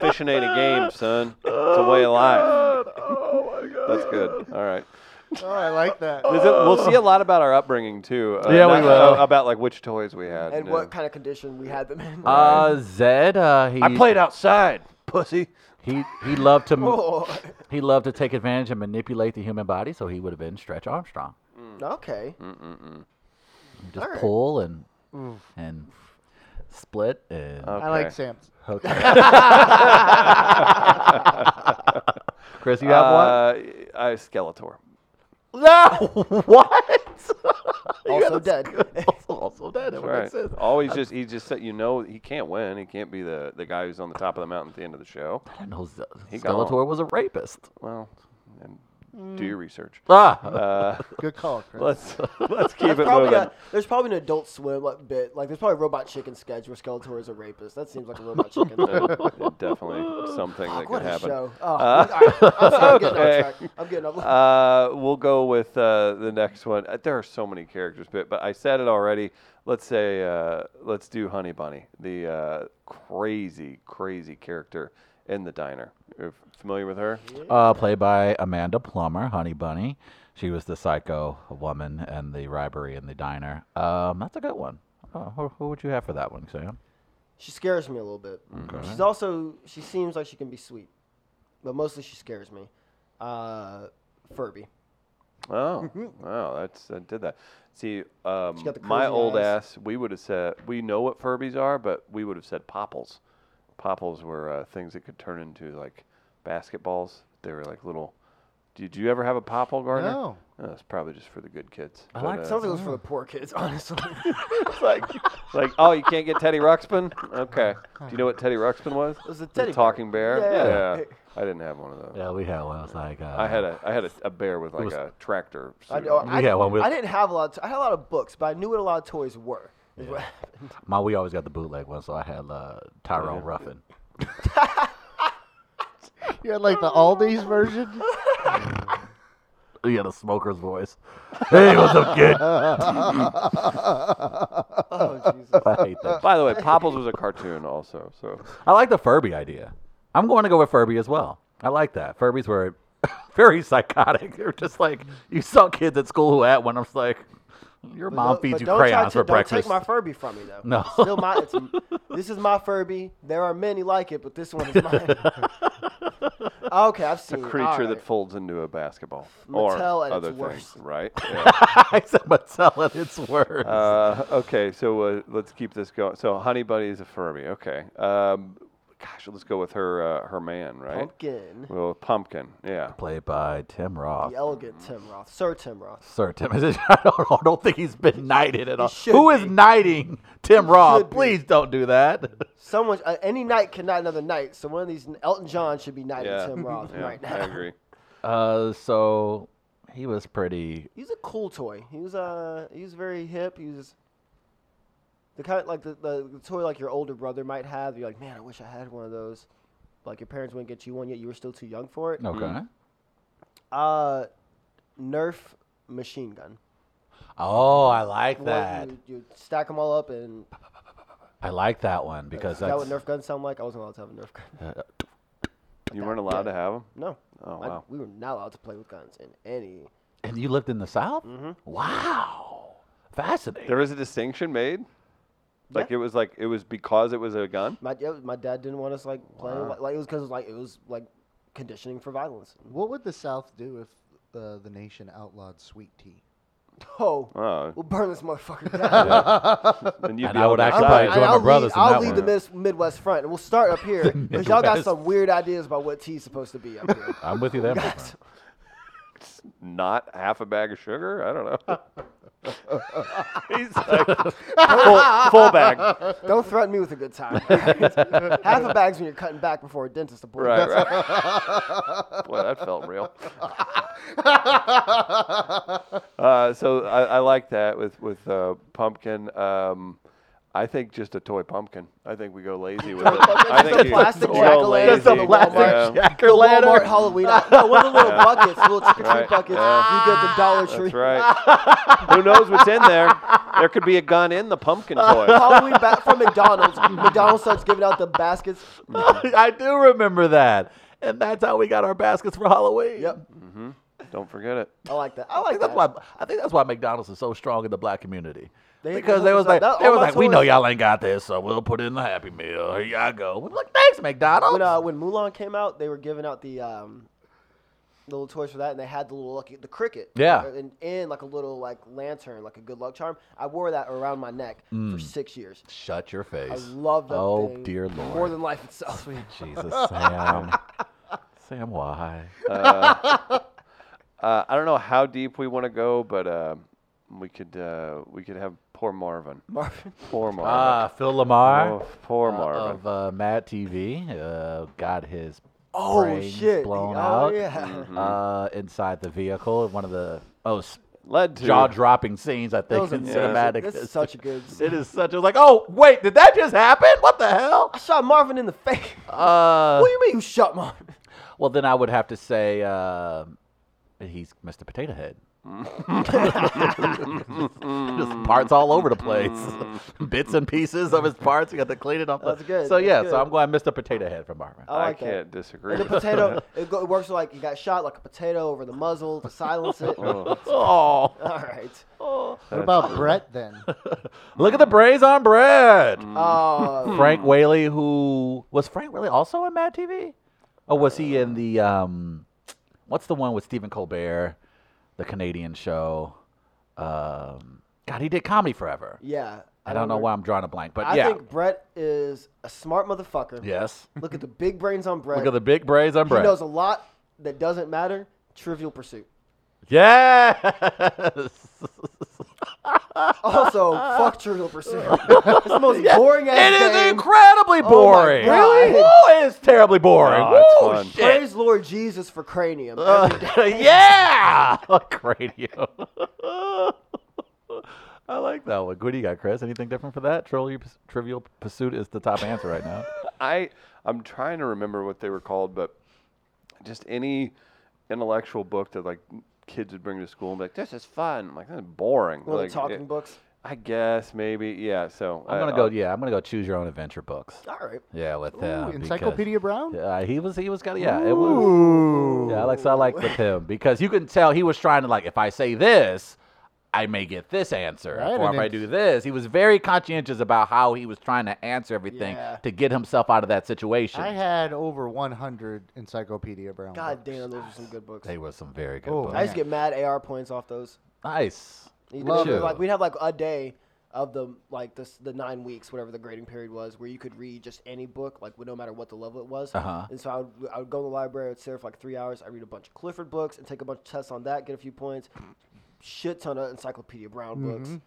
Speaker 1: fishing ain't a game, son. It's a way of life.
Speaker 3: oh my God.
Speaker 1: That's good. All right.
Speaker 4: Oh, I like that.
Speaker 1: Is it- we'll see a lot about our upbringing too. Uh,
Speaker 3: Yeah, we
Speaker 1: not-
Speaker 3: will.
Speaker 1: uh, about like which toys we had.
Speaker 2: And
Speaker 1: yeah.
Speaker 2: what kind of condition we had them in?
Speaker 3: Uh, Zed. Uh, he
Speaker 1: I played outside, pussy.
Speaker 3: He he loved to m-
Speaker 2: Oh,
Speaker 3: he loved to take advantage and manipulate the human body, so he would have been Stretch Armstrong.
Speaker 2: okay.
Speaker 3: He'd Just
Speaker 2: Alright.
Speaker 3: pull and and split and
Speaker 1: Uh,
Speaker 4: I like Sam's.
Speaker 3: Chris, you have
Speaker 1: Uh, one. I Skeletor.
Speaker 3: one. No, what? You
Speaker 2: Also
Speaker 3: had a
Speaker 2: dead.
Speaker 3: sk- also, also dead.
Speaker 1: That's
Speaker 3: That would make
Speaker 1: right. Oh.
Speaker 3: sense.
Speaker 1: Always just he just said you know he can't win. He can't be the the guy who's on the top of the mountain at the end of the show.
Speaker 3: I didn't know Z-
Speaker 1: He
Speaker 3: Skeletor
Speaker 1: gone.
Speaker 3: was a rapist.
Speaker 1: Well, and do your research.
Speaker 3: Ah,
Speaker 1: Uh,
Speaker 4: Good call, Chris.
Speaker 1: let's let's keep it
Speaker 2: probably
Speaker 1: moving.
Speaker 2: a- there's probably an Adult Swim like bit. Like there's probably a Robot Chicken sketch where Skeletor is a rapist. That seems like a Robot Chicken. thing.
Speaker 1: Uh, Definitely something that
Speaker 2: Fuck, what
Speaker 1: could
Speaker 2: a
Speaker 1: happen. Uh,
Speaker 2: show! Oh, all right. I'm, sorry, I'm getting
Speaker 1: okay.
Speaker 2: off track. I'm getting off.
Speaker 1: Uh, we'll go with uh, the next one. Uh, There are so many characters, but but I said it already. Let's say uh, let's do Honey Bunny, the uh, crazy crazy character in the diner. You're familiar with her?
Speaker 3: uh, played by Amanda Plummer, Honey Bunny. She was the psycho woman and the robbery in the diner. Um, that's a good one. Uh, who, who would you have for that one, Sam?
Speaker 2: she scares me a little bit. She's also she seems like she can be sweet, but mostly she scares me. Uh, Furby.
Speaker 1: Oh, wow, that's I did that. See, um,
Speaker 2: got the
Speaker 1: my
Speaker 2: crazy
Speaker 1: old
Speaker 2: eyes.
Speaker 1: ass, we would have said we know what Furbies are, but we would have said popples. Popples were uh, things that could turn into like basketballs. They were like little. Did you ever have a popple, Gardner?
Speaker 4: No.
Speaker 1: Oh, it's probably just for the good kids.
Speaker 3: I
Speaker 1: But,
Speaker 3: like
Speaker 1: uh,
Speaker 2: Sounds like it was for the poor kids, honestly.
Speaker 1: it's like, like, oh, you can't get Teddy Ruxpin? Okay. Do you know what Teddy Ruxpin was? It
Speaker 2: was a teddy bear.
Speaker 1: talking bear.
Speaker 2: Yeah, yeah.
Speaker 1: I didn't have one of those.
Speaker 3: Yeah, we had one. I was like, uh,
Speaker 1: I had a I had a, a bear with like
Speaker 3: was-
Speaker 1: a tractor.
Speaker 2: I,
Speaker 1: suit
Speaker 2: know-
Speaker 1: on.
Speaker 2: I,
Speaker 3: Yeah, well, we-
Speaker 2: I didn't have a lot. Of to- I had a lot of books, but I knew what a lot of toys were. is what-
Speaker 3: My we always got the bootleg one, so I had uh, Tyrone Ruffin.
Speaker 4: You had like the Aldi's version.
Speaker 3: He had a smoker's voice. hey, what's up, kid?
Speaker 2: Oh Jesus!
Speaker 3: I hate that.
Speaker 1: By the way, Popples was a cartoon also. So
Speaker 3: I like the Furby idea. I'm going to go with Furby as well. I like that. Furbies were very psychotic. They were just like you saw kids at school who had one. I was like, your mom
Speaker 2: But-
Speaker 3: feeds
Speaker 2: but
Speaker 3: you
Speaker 2: don't try
Speaker 3: crayons
Speaker 2: to-
Speaker 3: for breakfast.
Speaker 2: Don't take my Furby from me though.
Speaker 3: No.
Speaker 2: It's still my. It's, this is my Furby. There are many like it, but this one is mine. okay, I've seen
Speaker 1: a
Speaker 2: it.
Speaker 1: creature that
Speaker 2: Alright.
Speaker 1: folds into a basketball
Speaker 2: Mattel
Speaker 1: or
Speaker 2: at its
Speaker 1: other
Speaker 2: worst.
Speaker 1: things, right? Yeah.
Speaker 3: I said Mattel at its words.
Speaker 2: Uh,
Speaker 1: uh, okay, so uh, let's keep this going. So Honey Bunny is a Furby. Okay, um, gosh, let's go with her uh, her man, right?
Speaker 2: Pumpkin.
Speaker 1: Well, pumpkin. Yeah.
Speaker 3: Played by Tim Roth.
Speaker 2: The
Speaker 1: mm.
Speaker 2: elegant Tim Roth. Sir Tim Roth.
Speaker 3: Sir Tim, is it, I, don't, I don't think he's been knighted at all.
Speaker 2: should
Speaker 3: Who is
Speaker 2: be.
Speaker 3: knighting Tim
Speaker 2: should
Speaker 3: Roth?
Speaker 2: be.
Speaker 3: Please don't do that.
Speaker 2: Someone, uh, any knight can knight another knight. So one of these, Elton John should be knighting
Speaker 1: Yeah.
Speaker 2: Tim Roth
Speaker 1: yeah
Speaker 2: right now.
Speaker 1: I agree.
Speaker 3: Uh, so he was pretty.
Speaker 2: He's a cool toy. He was uh, he was very hip. He was the kind of like the, the, the toy like your older brother might have. You're like, man, I wish I had one of those. But, like your parents wouldn't get you one yet. You were still too young for it.
Speaker 3: Okay.
Speaker 2: Uh, Nerf machine gun.
Speaker 3: Oh, I like
Speaker 2: One-
Speaker 3: that.
Speaker 2: You, you stack them all up and
Speaker 3: I like that one because
Speaker 2: is that
Speaker 3: that's.
Speaker 2: what Nerf guns sound like? I wasn't allowed to have a Nerf gun.
Speaker 1: You weren't allowed to have them.
Speaker 2: No.
Speaker 1: Oh
Speaker 2: I-
Speaker 1: wow.
Speaker 2: we were not allowed to play with guns in any.
Speaker 3: and you lived in the South?
Speaker 2: Mm-hmm.
Speaker 3: Wow. Fascinating.
Speaker 1: There was a distinction made. Like
Speaker 2: Yeah.
Speaker 1: it was like it was because it was a gun.
Speaker 2: My yeah, my dad didn't want us like playing like, like it was because like it was like conditioning for violence.
Speaker 4: What would the South do if uh, the nation outlawed sweet tea?
Speaker 2: Oh,
Speaker 1: Oh,
Speaker 2: we'll burn this motherfucker down.
Speaker 1: and you'd
Speaker 3: And
Speaker 1: be
Speaker 3: I
Speaker 1: on
Speaker 3: would
Speaker 1: their
Speaker 3: actually
Speaker 1: side.
Speaker 3: probably
Speaker 2: And
Speaker 3: join my
Speaker 2: I'll lead,
Speaker 3: brothers in
Speaker 2: I'll
Speaker 3: that
Speaker 2: lead
Speaker 3: one.
Speaker 2: the Mis- Midwest front, and we'll start up here because y'all got
Speaker 3: Midwest.
Speaker 2: some weird ideas about what tea's supposed to be up here.
Speaker 3: I'm with you there. my
Speaker 2: Guys,
Speaker 3: friend.
Speaker 1: Not half a bag of sugar. I don't know. He's like full, full bag.
Speaker 2: don't threaten me with a good time. Half a bag's when you're cutting back before a dentist appointment.
Speaker 1: Right, right. Boy, that felt real. uh, so I, I like that with with uh, pumpkin. Um, I think just a toy pumpkin. I think we go lazy with it. I
Speaker 2: Just a
Speaker 1: think you
Speaker 2: plastic
Speaker 1: go
Speaker 2: jack-o'-lantern
Speaker 1: lazy.
Speaker 2: That's a
Speaker 1: Yeah.
Speaker 2: plastic
Speaker 1: Yeah.
Speaker 2: The Walmart Halloween. out- No, one of the little buckets, little trick or treat
Speaker 1: Right.
Speaker 2: buckets.
Speaker 1: Yeah.
Speaker 2: You get the Dollar Tree.
Speaker 1: That's right. Who knows what's in there? There could be a gun in the pumpkin toy.
Speaker 2: Probably back from McDonald's. McDonald's starts giving out the baskets.
Speaker 3: I do remember that. And that's how we got our baskets for Halloween.
Speaker 2: Yep,
Speaker 1: Don't forget it.
Speaker 2: I like that. I
Speaker 3: I
Speaker 2: like
Speaker 3: think
Speaker 2: that.
Speaker 3: that's why I think that's why McDonald's is so strong in the black community.
Speaker 2: They-
Speaker 3: because they was like
Speaker 2: that-
Speaker 3: they
Speaker 2: all
Speaker 3: was
Speaker 2: my
Speaker 3: like, We
Speaker 2: toys-
Speaker 3: know y'all ain't got this, so we'll put in the happy meal. Here y'all go. We're like, thanks, McDonald's.
Speaker 2: when uh, when Mulan came out, they were giving out the um, little toys for that, and they had the little lucky the cricket.
Speaker 3: Yeah.
Speaker 2: uh, and, and like a little like lantern, like a good luck charm. I wore that around my neck for six years.
Speaker 3: Shut your face.
Speaker 2: I love that
Speaker 3: Mm. Oh
Speaker 2: thing
Speaker 3: dear
Speaker 2: More
Speaker 3: Lord.
Speaker 2: than life itself.
Speaker 3: Jesus, Sam. Sam, why?
Speaker 1: Uh, I don't know how deep we want to go, but uh, we could uh, we could have poor Marvin.
Speaker 2: Marvin.
Speaker 1: Poor Marvin.
Speaker 3: Ah, Phil Lamar
Speaker 1: oh, poor Marvin.
Speaker 3: of uh, Mad TV uh, got his
Speaker 2: Oh
Speaker 3: brains
Speaker 2: shit!
Speaker 3: blown
Speaker 2: oh
Speaker 3: out
Speaker 2: yeah.
Speaker 3: uh, inside the vehicle. One of the most
Speaker 1: Led to
Speaker 3: jaw-dropping scenes I think
Speaker 2: Those are
Speaker 3: in
Speaker 2: amazing.
Speaker 3: cinematic.
Speaker 2: This is
Speaker 3: history.
Speaker 2: such a good.
Speaker 3: It is such. It's like, oh wait, did that just happen? What the hell?
Speaker 2: I shot Marvin in the face.
Speaker 3: Uh,
Speaker 2: what do you mean you shot Marvin?
Speaker 3: well, then I would have to say uh, he's Mr. Potato Head. just parts all over the place, bits and pieces of his parts. You got to clean it up.
Speaker 2: That's good,
Speaker 3: So
Speaker 2: that's
Speaker 3: yeah,
Speaker 2: good.
Speaker 3: so I'm going Mr. Potato Head for Marvin.
Speaker 2: I like that.
Speaker 1: can't disagree.
Speaker 2: And the potato, it, go, it works like you got shot like a potato over the muzzle to silence it. All
Speaker 3: Oh,
Speaker 2: right.
Speaker 4: What about Brett then?
Speaker 3: look at the brains on bread. Mm.
Speaker 2: Uh,
Speaker 3: Frank Whaley, who was Frank Whaley also on Mad TV, or was he in the um, what's the one with Stephen Colbert, the Canadian show? Um, God, he did comedy forever.
Speaker 2: yeah.
Speaker 3: I don't know
Speaker 2: remember.
Speaker 3: why I'm drawing a blank, but
Speaker 2: I
Speaker 3: yeah,
Speaker 2: think Brett is a smart motherfucker.
Speaker 3: yes.
Speaker 2: Look at the big brains on Brett.
Speaker 3: Look at the big braids on
Speaker 2: he
Speaker 3: Brett.
Speaker 2: knows a lot that doesn't matter. Trivial Pursuit.
Speaker 3: Yes.
Speaker 2: Also, fuck Trivial Pursuit. it's the most boring ass
Speaker 3: It is
Speaker 2: game. Oh
Speaker 3: incredibly boring.
Speaker 2: God. Really?
Speaker 3: Woo, it's terribly boring.
Speaker 1: No, it's
Speaker 3: Woo,
Speaker 1: fun.
Speaker 3: shit.
Speaker 2: Praise Lord Jesus for cranium.
Speaker 3: yeah. Radio. I like that one. What do you got, Chris? Anything different for that? Trivial, Trivial Pursuit is the top answer right now.
Speaker 1: I I'm trying to remember what they were called, but just any intellectual book that like kids would bring to school and be like, "This is fun." I'm like, "That's boring."
Speaker 2: One of
Speaker 1: like,
Speaker 2: the talking
Speaker 1: it-
Speaker 2: books.
Speaker 1: I guess maybe yeah. So
Speaker 3: I'm
Speaker 1: I-
Speaker 3: gonna go.
Speaker 1: I'll-
Speaker 3: Yeah, I'm gonna go. Choose your own adventure books.
Speaker 2: All right.
Speaker 3: Yeah, with
Speaker 4: uh, Ooh,
Speaker 3: them. because-
Speaker 4: Encyclopedia Brown?
Speaker 3: Yeah, he was. He was kind of. Yeah, it was. Yeah, Alex, I like with him because you can tell he was trying to like, if I say this, I may get this answer,
Speaker 4: Right,
Speaker 3: or
Speaker 4: and
Speaker 3: if I
Speaker 4: it's-
Speaker 3: do this. He was very conscientious about how he was trying to answer everything
Speaker 2: Yeah.
Speaker 3: to get himself out of that situation.
Speaker 4: I had over 100 Encyclopedia Brown.
Speaker 2: God
Speaker 4: books.
Speaker 2: damn, those are some good books.
Speaker 3: they were some very good
Speaker 4: Oh,
Speaker 3: books.
Speaker 2: I used to get mad AR points off those.
Speaker 3: Nice.
Speaker 2: You
Speaker 3: Love
Speaker 2: know,
Speaker 3: it.
Speaker 2: like we'd have like a day of the like this the nine weeks, whatever the grading period was, where you could read just any book, like no matter what the level it was.
Speaker 3: Uh-huh.
Speaker 2: And so I would, I would go to the library, I'd sit there for like three hours, I'd read a bunch of Clifford books and take a bunch of tests on that, get a few points, shit ton of Encyclopedia Brown books,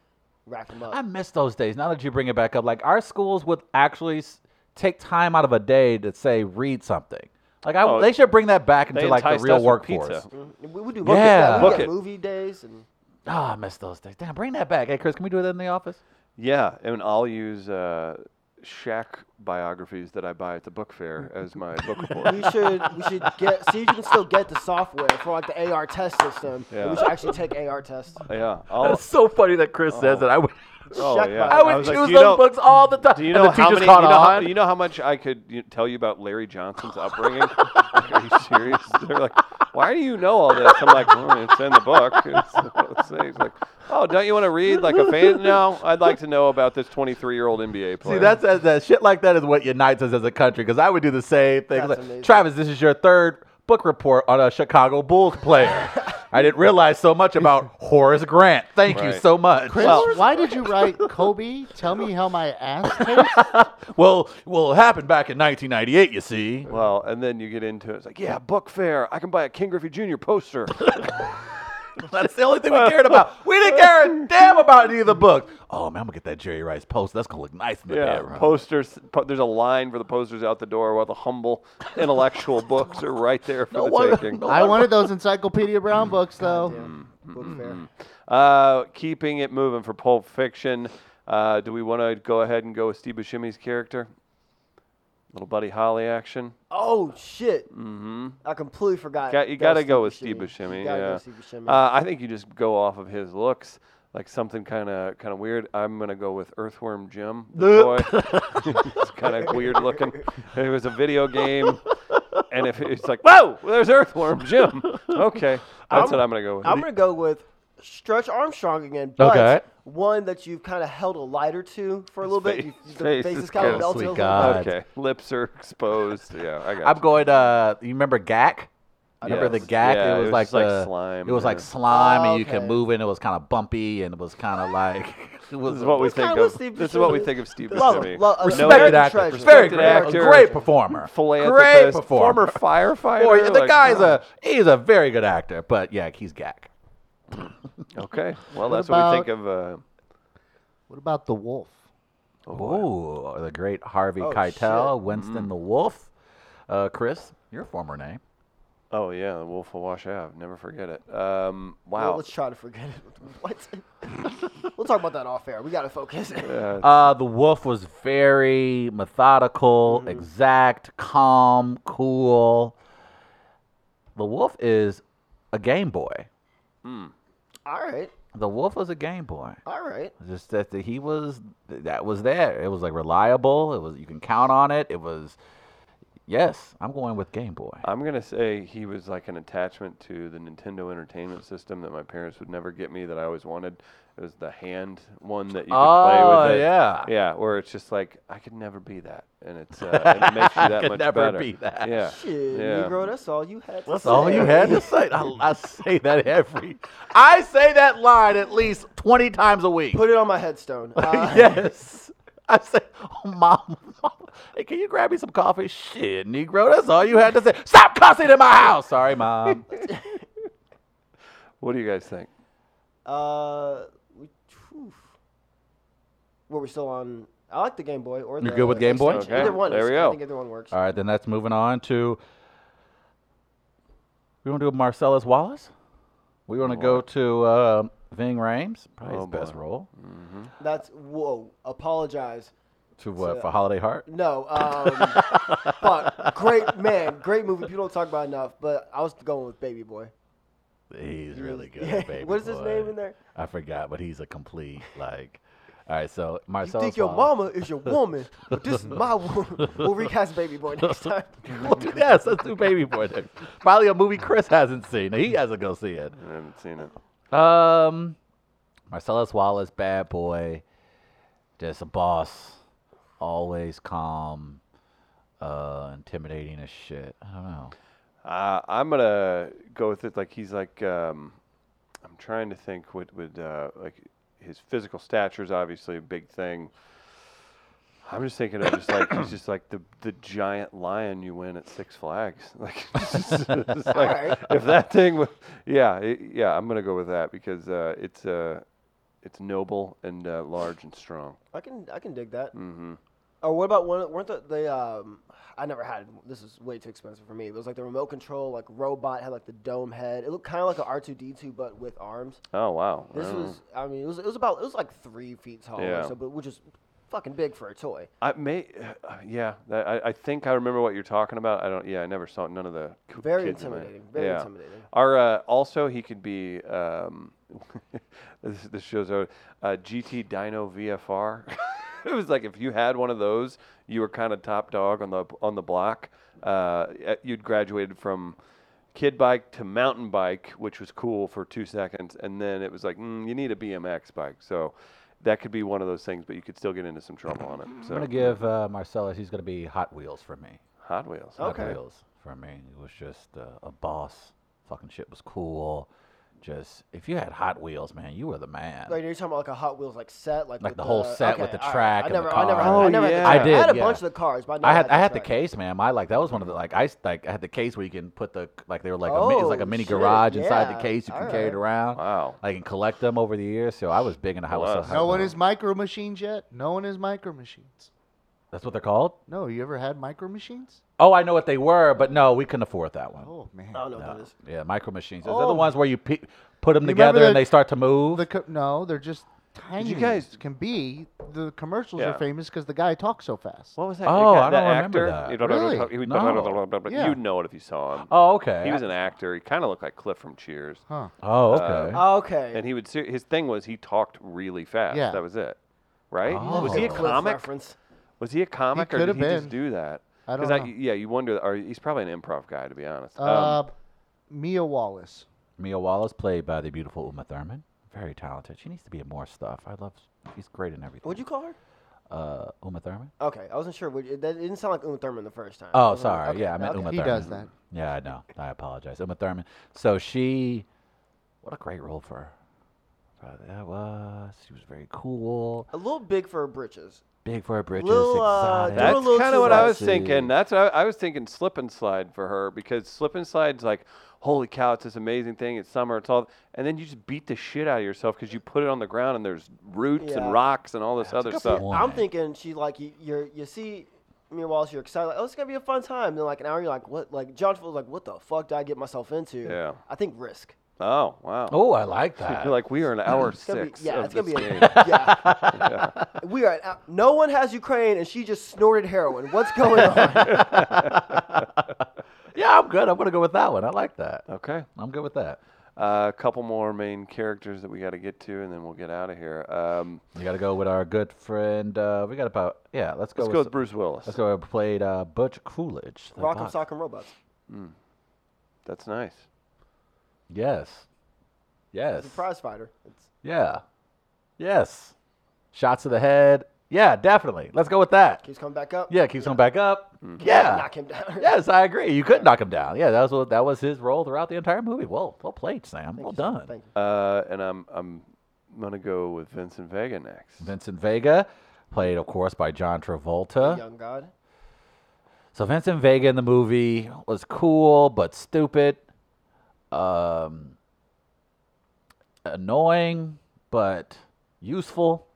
Speaker 2: rack them up.
Speaker 3: I miss those days. Now that you bring it back up, like our schools would actually s- take time out of a day to say read something. Like I,
Speaker 1: Oh,
Speaker 3: they should bring that back into like the
Speaker 1: enticed
Speaker 3: real
Speaker 1: us with pizza.
Speaker 3: workforce.
Speaker 2: Mhm. And we would do
Speaker 3: Yeah.
Speaker 2: yeah, we
Speaker 1: Book
Speaker 2: get
Speaker 1: it.
Speaker 2: movie days and
Speaker 3: Oh, I miss those days. Damn, bring that back. Hey, Chris, can we do that in the office?
Speaker 1: Yeah, and I'll use uh, Shaq biographies that I buy at the book fair as my book report.
Speaker 2: we should we should get see if you can still get the software for like the AR test system. and
Speaker 1: Yeah.
Speaker 2: we should actually take AR tests.
Speaker 1: yeah, I'll,
Speaker 3: That's so funny that Chris says that. I would,
Speaker 1: oh,
Speaker 2: Shaq
Speaker 1: yeah.
Speaker 2: bio-
Speaker 3: I would
Speaker 1: I was
Speaker 3: choose
Speaker 1: like, "Do you
Speaker 3: those
Speaker 1: know-
Speaker 3: books all the time.
Speaker 1: Do you know
Speaker 3: And the
Speaker 1: how
Speaker 3: teachers
Speaker 1: many? You know,
Speaker 3: caught
Speaker 1: how,
Speaker 3: on.
Speaker 1: you know how much I could you know, tell you about Larry Johnson's upbringing? Like, are you serious? They're like, why do you know all this? I'm like, "Well, it's in the book. It's, let's see." He's like, oh, don't you want to read like a fan? No, I'd like to know about this 23 year old NBA player.
Speaker 3: See, that's as that shit like that is what unites us as a country. Because I would do the same thing.
Speaker 2: That's
Speaker 3: Like,
Speaker 2: amazing.
Speaker 3: Travis, this is your third book report on a Chicago Bulls player. I didn't realize so much about Horace Grant. Thank you
Speaker 1: Right.
Speaker 3: so much.
Speaker 4: Chris,
Speaker 1: Well-
Speaker 4: why did you write Kobe? Tell me how my ass tastes.
Speaker 3: well, well, it happened back in 1998. You see,
Speaker 1: well, and then you get into it. It's like, yeah, book fair. I can buy a King Griffey Jr. poster.
Speaker 3: that's the only thing we cared about. We didn't care a damn about any of the books. Oh man, I'm gonna get that Jerry Rice post. That's gonna look nice in the
Speaker 1: Yeah,
Speaker 3: bedroom.
Speaker 1: posters. Po- there's a line for the posters out the door while the humble intellectual books are right there for
Speaker 3: No
Speaker 1: the
Speaker 3: wonder-
Speaker 1: taking.
Speaker 3: no
Speaker 4: I wanted those Encyclopedia Brown books, though.
Speaker 2: Damn.
Speaker 3: Mm-hmm.
Speaker 2: Book fair.
Speaker 1: Uh, keeping it moving for Pulp Fiction. Uh, do we want to go ahead and go with Steve Buscemi's character? Little Buddy Holly action.
Speaker 2: Oh shit! Mm-hmm. I completely forgot.
Speaker 1: Got, you
Speaker 2: that
Speaker 1: got
Speaker 2: was
Speaker 1: to go with Steve
Speaker 2: You
Speaker 1: Buscemi.
Speaker 2: gotta go
Speaker 1: Yeah.
Speaker 2: with Steve Buscemi.
Speaker 1: Uh, I think you just go off of his looks, like something kind of kind of weird. I'm gonna go with Earthworm Jim. The toy. it's kind of weird looking. It was a video game, and if it's like, whoa, there's Earthworm Jim. Okay, that's what I'm gonna go with.
Speaker 2: I'm gonna go with Stretch Armstrong again, but
Speaker 3: Okay.
Speaker 2: one that you've kind of held a lighter to for a little bit. You,
Speaker 1: face-
Speaker 2: the
Speaker 1: face
Speaker 2: face,
Speaker 1: is
Speaker 2: is kind
Speaker 1: kinda
Speaker 2: of melted
Speaker 3: sweet
Speaker 2: a little
Speaker 3: God.
Speaker 2: bit.
Speaker 1: okay, lips are exposed. Yeah, I got.
Speaker 3: I'm
Speaker 1: you.
Speaker 3: going. Uh, you remember GAC? I remember
Speaker 1: Yes.
Speaker 3: the GAC?
Speaker 1: Yeah,
Speaker 3: it was like
Speaker 1: just like
Speaker 3: the-
Speaker 1: slime,
Speaker 3: It was like
Speaker 1: yeah.
Speaker 3: slime,
Speaker 2: Oh,
Speaker 3: and you could
Speaker 2: okay.
Speaker 3: move, and it was kind of bumpy, and it was kind of like it was.
Speaker 1: This is what we
Speaker 2: That's kinda
Speaker 1: think
Speaker 2: what
Speaker 1: of.
Speaker 2: Steve
Speaker 1: This is what we
Speaker 2: Buscemi-
Speaker 1: think of Steve
Speaker 2: Love him,
Speaker 1: Buscemi.
Speaker 2: love- uh,
Speaker 1: No-
Speaker 3: respected
Speaker 2: American
Speaker 3: actor,
Speaker 2: treasure.
Speaker 3: very
Speaker 1: Respected
Speaker 3: great, actor,
Speaker 1: actor.
Speaker 3: great performer, great
Speaker 1: philanthropist, former
Speaker 3: performer.
Speaker 1: firefighter.
Speaker 3: Or, the
Speaker 1: like, uh,
Speaker 3: guy's a he's a very good actor, but yeah, he's GAC.
Speaker 1: Okay, well that's what we think
Speaker 4: about-
Speaker 1: of. Uh,
Speaker 4: What about the wolf?
Speaker 1: Oh,
Speaker 3: Ooh, the great Harvey
Speaker 2: Oh,
Speaker 3: Keitel,
Speaker 2: shit.
Speaker 1: Mm-hmm.
Speaker 3: Winston the Wolf. Uh, Chris, your former name.
Speaker 1: oh yeah, the Wolf of Wash Ave. Never forget it. Um, wow.
Speaker 2: Well, let's try to forget it. What? we'll talk about that off air. We gotta focus.
Speaker 1: Uh,
Speaker 3: Uh, the wolf was very methodical,
Speaker 2: Mm-hmm.
Speaker 3: exact, calm, cool. The wolf is a Game Boy.
Speaker 2: all right,
Speaker 3: The wolf was a Game Boy.
Speaker 2: all right.
Speaker 3: Just that that he was that was there. It was like reliable. It was you can count on it. It was yes. I'm going with Game Boy.
Speaker 1: I'm gonna say he was like an attachment to the Nintendo Entertainment System that my parents would never get me that I always wanted. It was the hand one that you could
Speaker 3: Oh,
Speaker 1: play with. it.
Speaker 3: yeah.
Speaker 1: yeah. Where it's just like I could never be that, and it's uh, and it makes you
Speaker 3: I
Speaker 1: that
Speaker 3: could
Speaker 1: much
Speaker 3: never
Speaker 1: better.
Speaker 3: be that.
Speaker 1: Yeah,
Speaker 2: Shit,
Speaker 1: yeah.
Speaker 2: Negro, that's all you had. To
Speaker 3: That's
Speaker 2: say.
Speaker 3: all you had to say. I, I say that every. I say that line at least twenty times a week.
Speaker 2: Put it on my headstone. Uh,
Speaker 3: yes. I say, oh, mom, mom, hey, can you grab me some coffee? Shit, Negro, that's all you had to say. Stop cussing in my house. Sorry, mom.
Speaker 1: What do you guys think?
Speaker 2: Uh, we, phew. were we still on? I like the Game Boy. Or
Speaker 3: You're
Speaker 2: the
Speaker 3: good with Game Boy?
Speaker 2: extension.
Speaker 1: Okay,
Speaker 2: Either one.
Speaker 1: there
Speaker 2: is-
Speaker 1: we
Speaker 2: I
Speaker 1: go.
Speaker 2: think either one works.
Speaker 3: all right, then that's moving on to. We want to do Marcellus Wallace. We want to go to uh, Ving Rhames, probably
Speaker 1: Oh,
Speaker 3: his best
Speaker 1: boy.
Speaker 3: role.
Speaker 2: That's whoa. Apologize.
Speaker 3: To what
Speaker 2: So-
Speaker 3: for Holiday Heart?
Speaker 2: No. Um, but great man, great movie. People don't talk about it enough. But I was going with Baby Boy.
Speaker 3: He's really good,
Speaker 2: Yeah,
Speaker 3: at baby.
Speaker 2: what is his
Speaker 3: boy.
Speaker 2: name in there?
Speaker 3: I forgot, but he's a complete like. All right, so
Speaker 2: You
Speaker 3: Marcellus
Speaker 2: think your
Speaker 3: Wallace-
Speaker 2: mama is your woman, but this is my woman. We'll recast Baby Boy next time.
Speaker 3: We'll do- yes, let's do Baby Boy. Then. Probably a movie Chris hasn't seen. He has to go see it.
Speaker 1: I haven't seen it.
Speaker 3: Um, Marcellus Wallace, bad boy, just a boss, always calm, uh, intimidating as shit. I don't know.
Speaker 1: Uh, I'm gonna go with it. Like he's like, um, I'm trying to think what would uh, like his physical stature is obviously a big thing. I'm just thinking of just like he's just like the the giant lion you win at Six Flags. Like, it's like
Speaker 2: Alright.
Speaker 1: if that thing, was, yeah, i yeah, I'm gonna go with that because uh, it's uh, it's noble and uh, large and strong.
Speaker 2: I can I can dig that.
Speaker 3: Mm-hmm.
Speaker 1: hmm
Speaker 2: Or what about one? of- Weren't the, the um? I never had. This is way too expensive for me. It was like the remote control, like robot had like the dome head. It looked kind of like an R two D two, but with arms.
Speaker 1: Oh wow,
Speaker 2: This
Speaker 1: Oh.
Speaker 2: was. I mean, it was. It was about. It was like three feet tall.
Speaker 1: Yeah.
Speaker 2: Or so, but which is fucking big for a toy.
Speaker 1: I may, uh, yeah. that- I, I think I remember what you're talking about. I don't. Yeah, I never saw none of the. c-
Speaker 2: Very
Speaker 1: kids in my-
Speaker 2: intimidating. Very
Speaker 1: yeah.
Speaker 2: intimidating.
Speaker 1: Our uh, also he could be. Um, this, this shows out uh, GT Dino VFR. it was like if you had one of those, you were kind of top dog on the on the block. Uh, e- you'd graduated from kid bike to mountain bike, which was cool for two seconds, and then it was like mm, you need a BMX bike. So. That could be one of those things, but you could still get into some trouble on it. So
Speaker 3: I'm gonna give uh, Marcellus. He's gonna be Hot Wheels for me.
Speaker 1: Hot Wheels.
Speaker 2: Okay.
Speaker 3: Hot Wheels for me. It was just uh, a boss. Fucking shit was cool. Just if you had Hot Wheels, man, you were the man.
Speaker 2: Like you're talking about like a Hot Wheels like set, like
Speaker 3: Like
Speaker 2: with
Speaker 3: the whole set with
Speaker 2: okay,
Speaker 3: the
Speaker 2: all
Speaker 3: track
Speaker 2: I
Speaker 3: and the
Speaker 2: never, I never, had,
Speaker 1: car.
Speaker 2: I never
Speaker 1: Oh,
Speaker 2: had the
Speaker 1: yeah.
Speaker 2: track.
Speaker 3: I did,
Speaker 2: I had a
Speaker 3: yeah.
Speaker 2: bunch of the cars, but I, never
Speaker 3: I had I had the
Speaker 2: track.
Speaker 3: case, man. My like that was one of the like I s- like I had the case where you can put the like they were like a mini, it was like
Speaker 2: Oh,
Speaker 3: a mini
Speaker 2: shit,
Speaker 3: garage inside
Speaker 2: yeah.
Speaker 3: the case you can carry
Speaker 2: Alright.
Speaker 3: it around.
Speaker 1: Wow.
Speaker 3: I can collect them over the years, so I was big into Hot
Speaker 1: Wow.
Speaker 3: Wheels.
Speaker 4: No one is micro machines yet. No one is micro machines.
Speaker 3: That's what they're called.
Speaker 4: No, you ever had micro machines?
Speaker 3: Oh, I know what they were, but no, we couldn't afford that one.
Speaker 4: Oh man.
Speaker 2: I don't know what
Speaker 3: No.
Speaker 2: that is.
Speaker 3: Yeah, micro machines. Those are the
Speaker 4: Oh.
Speaker 3: ones where you pe- put them
Speaker 4: You remember
Speaker 3: together and
Speaker 4: the-
Speaker 3: they start to move.
Speaker 4: The co- no, they're just tiny.
Speaker 1: guys-
Speaker 4: as can be the commercials
Speaker 1: Yeah.
Speaker 4: are famous because the guy talks so fast.
Speaker 1: What was that?
Speaker 3: Oh,
Speaker 1: that, that
Speaker 3: I don't remember
Speaker 1: actor?
Speaker 3: that.
Speaker 1: You don't know-
Speaker 4: Really?
Speaker 1: he would-
Speaker 3: No.
Speaker 1: you
Speaker 4: Yeah.
Speaker 1: know it if you saw him.
Speaker 3: oh, okay.
Speaker 1: He was an actor. He kind of looked like Cliff from Cheers.
Speaker 4: Huh?
Speaker 3: oh,
Speaker 1: uh,
Speaker 3: okay.
Speaker 2: Okay.
Speaker 1: And he would ser- his thing was he talked really fast.
Speaker 4: Yeah.
Speaker 1: That was it. Right?
Speaker 3: Oh.
Speaker 1: Was he a
Speaker 2: Cliff
Speaker 1: comic?
Speaker 2: Reference.
Speaker 1: Was he a comic or did
Speaker 4: could've
Speaker 1: he just
Speaker 4: been.
Speaker 1: do that?
Speaker 4: I
Speaker 1: 'Cause
Speaker 4: don't know.
Speaker 1: yeah, you wonder. Or he's probably an improv guy, to be honest. Um,
Speaker 4: uh, Mia Wallace.
Speaker 3: Mia Wallace, played by the beautiful Uma Thurman, very talented. She needs to be in more stuff. I love. She's great in everything.
Speaker 2: What'd you call her?
Speaker 3: Uh, Uma Thurman.
Speaker 2: Okay, I wasn't sure. Would- That didn't sound like Uma Thurman the first time. I
Speaker 3: Oh,
Speaker 2: wasn't-
Speaker 3: sorry.
Speaker 2: okay,
Speaker 3: yeah, I meant
Speaker 2: okay.
Speaker 3: Uma
Speaker 4: He
Speaker 3: Thurman.
Speaker 4: does that.
Speaker 3: Yeah, I know. I apologize. Uma Thurman. So she, what a great role for her. Uh, That was. She was very cool.
Speaker 2: A little big for her britches.
Speaker 3: Big for her britches.
Speaker 2: Little, uh, doing
Speaker 3: exotic.
Speaker 2: a
Speaker 1: That's
Speaker 2: little
Speaker 1: kind of
Speaker 2: too
Speaker 1: what I was
Speaker 3: sexy.
Speaker 1: thinking. That's what I, I was thinking. Slip and slide for her because slip and slide's like, holy cow, it's this amazing thing. It's summer. It's all, and then you just beat the shit out of yourself because you put it on the ground and there's roots
Speaker 2: Yeah.
Speaker 1: and rocks and all this other
Speaker 3: good
Speaker 1: stuff.
Speaker 3: point.
Speaker 2: I'm
Speaker 3: Why?
Speaker 2: thinking she like you. You're, you see Mia Wallace, you're excited. Like, oh, it's gonna be a fun time. Then like an hour, you're like, what? Like John Travolta's like, what the fuck did I get myself into?
Speaker 1: Yeah.
Speaker 2: I think risk.
Speaker 1: Oh wow.
Speaker 3: Oh, I like that.
Speaker 1: You're like we are an hour
Speaker 2: It's gonna be-
Speaker 1: six.
Speaker 2: yeah,
Speaker 1: of
Speaker 2: it's gonna be.
Speaker 1: this
Speaker 2: A,
Speaker 1: game.
Speaker 2: yeah. We are. out- No one has Ukraine, and she just snorted heroin. What's going on?
Speaker 3: yeah, I'm good. I'm gonna go with that one. I like that.
Speaker 1: okay.
Speaker 3: I'm good with that.
Speaker 1: Uh, a couple more main characters that we got to get to, and then we'll get out of here. Um,
Speaker 3: We gotta go with our good friend. Uh, we got about yeah. Let's go.
Speaker 1: let's
Speaker 3: with
Speaker 1: go
Speaker 3: s-
Speaker 1: with Bruce Willis.
Speaker 3: Let's go. I played uh, Butch Coolidge. the
Speaker 2: Rock'em
Speaker 3: Buck.
Speaker 2: sock'em robots.
Speaker 1: That's nice.
Speaker 3: Yes. Yes.
Speaker 2: It's a prize fighter. It's,
Speaker 3: Yeah. Yes. Shots to the head. Yeah, definitely. Let's go with that.
Speaker 2: keeps coming back up.
Speaker 3: Yeah, keeps him back up.
Speaker 2: Yeah.
Speaker 3: Yeah.
Speaker 2: Mm-hmm. Knock him down.
Speaker 3: Yes, I agree. You could knock him down. Yeah, that was what, that was his role throughout the entire movie. Well, well played,
Speaker 2: Thank
Speaker 3: Sam. well
Speaker 2: you, sir.
Speaker 3: done.
Speaker 2: Thank you.
Speaker 1: Uh, and I'm I'm gonna go with Vincent Vega next.
Speaker 3: Vincent Vega, played of course by John Travolta.
Speaker 2: Young God.
Speaker 3: So Vincent Vega in the movie was cool but stupid, um, annoying but useful.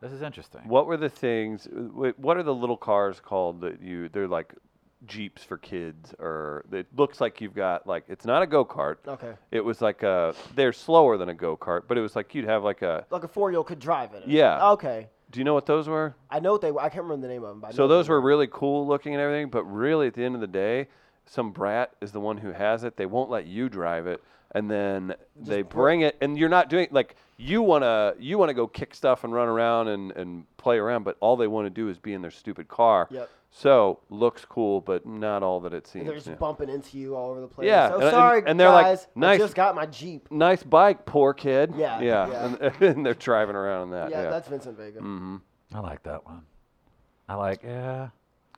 Speaker 3: This is interesting.
Speaker 1: What were the things? wh- What are the little cars called that you? They're like jeeps for kids, or it looks like you've got like it's not a go kart.
Speaker 2: Okay.
Speaker 1: It was like a they're slower than a go kart, but it was like you'd have like a.
Speaker 2: Like a four year old could drive it.
Speaker 1: Yeah.
Speaker 2: Okay.
Speaker 1: Do you know what those were?
Speaker 2: I know what they were. I can't remember the name of them. But I know
Speaker 1: So
Speaker 2: what they
Speaker 1: those were really cool looking and everything, but really at the end of the day, some brat is the one who has it. They won't let you drive it, and then they bring it, and you're not doing like you wanna you wanna go kick stuff and run around and and play around, but all they want to do is be in their stupid car.
Speaker 2: Yep.
Speaker 1: So looks cool, but not all that it seems.
Speaker 2: They're just
Speaker 1: yeah.
Speaker 2: bumping into you all over the place.
Speaker 1: Yeah,
Speaker 2: So
Speaker 1: and- and-
Speaker 2: sorry,
Speaker 1: and they're like,
Speaker 2: guys.
Speaker 1: "Nice."
Speaker 2: I just got my Jeep.
Speaker 1: Nice bike, poor kid.
Speaker 2: Yeah,
Speaker 1: Yeah.
Speaker 2: yeah.
Speaker 1: And, and they're driving around in that.
Speaker 2: Yeah,
Speaker 1: Uh, Yeah.
Speaker 2: that's Vincent Vega.
Speaker 1: hmm
Speaker 3: I like that one. I like yeah.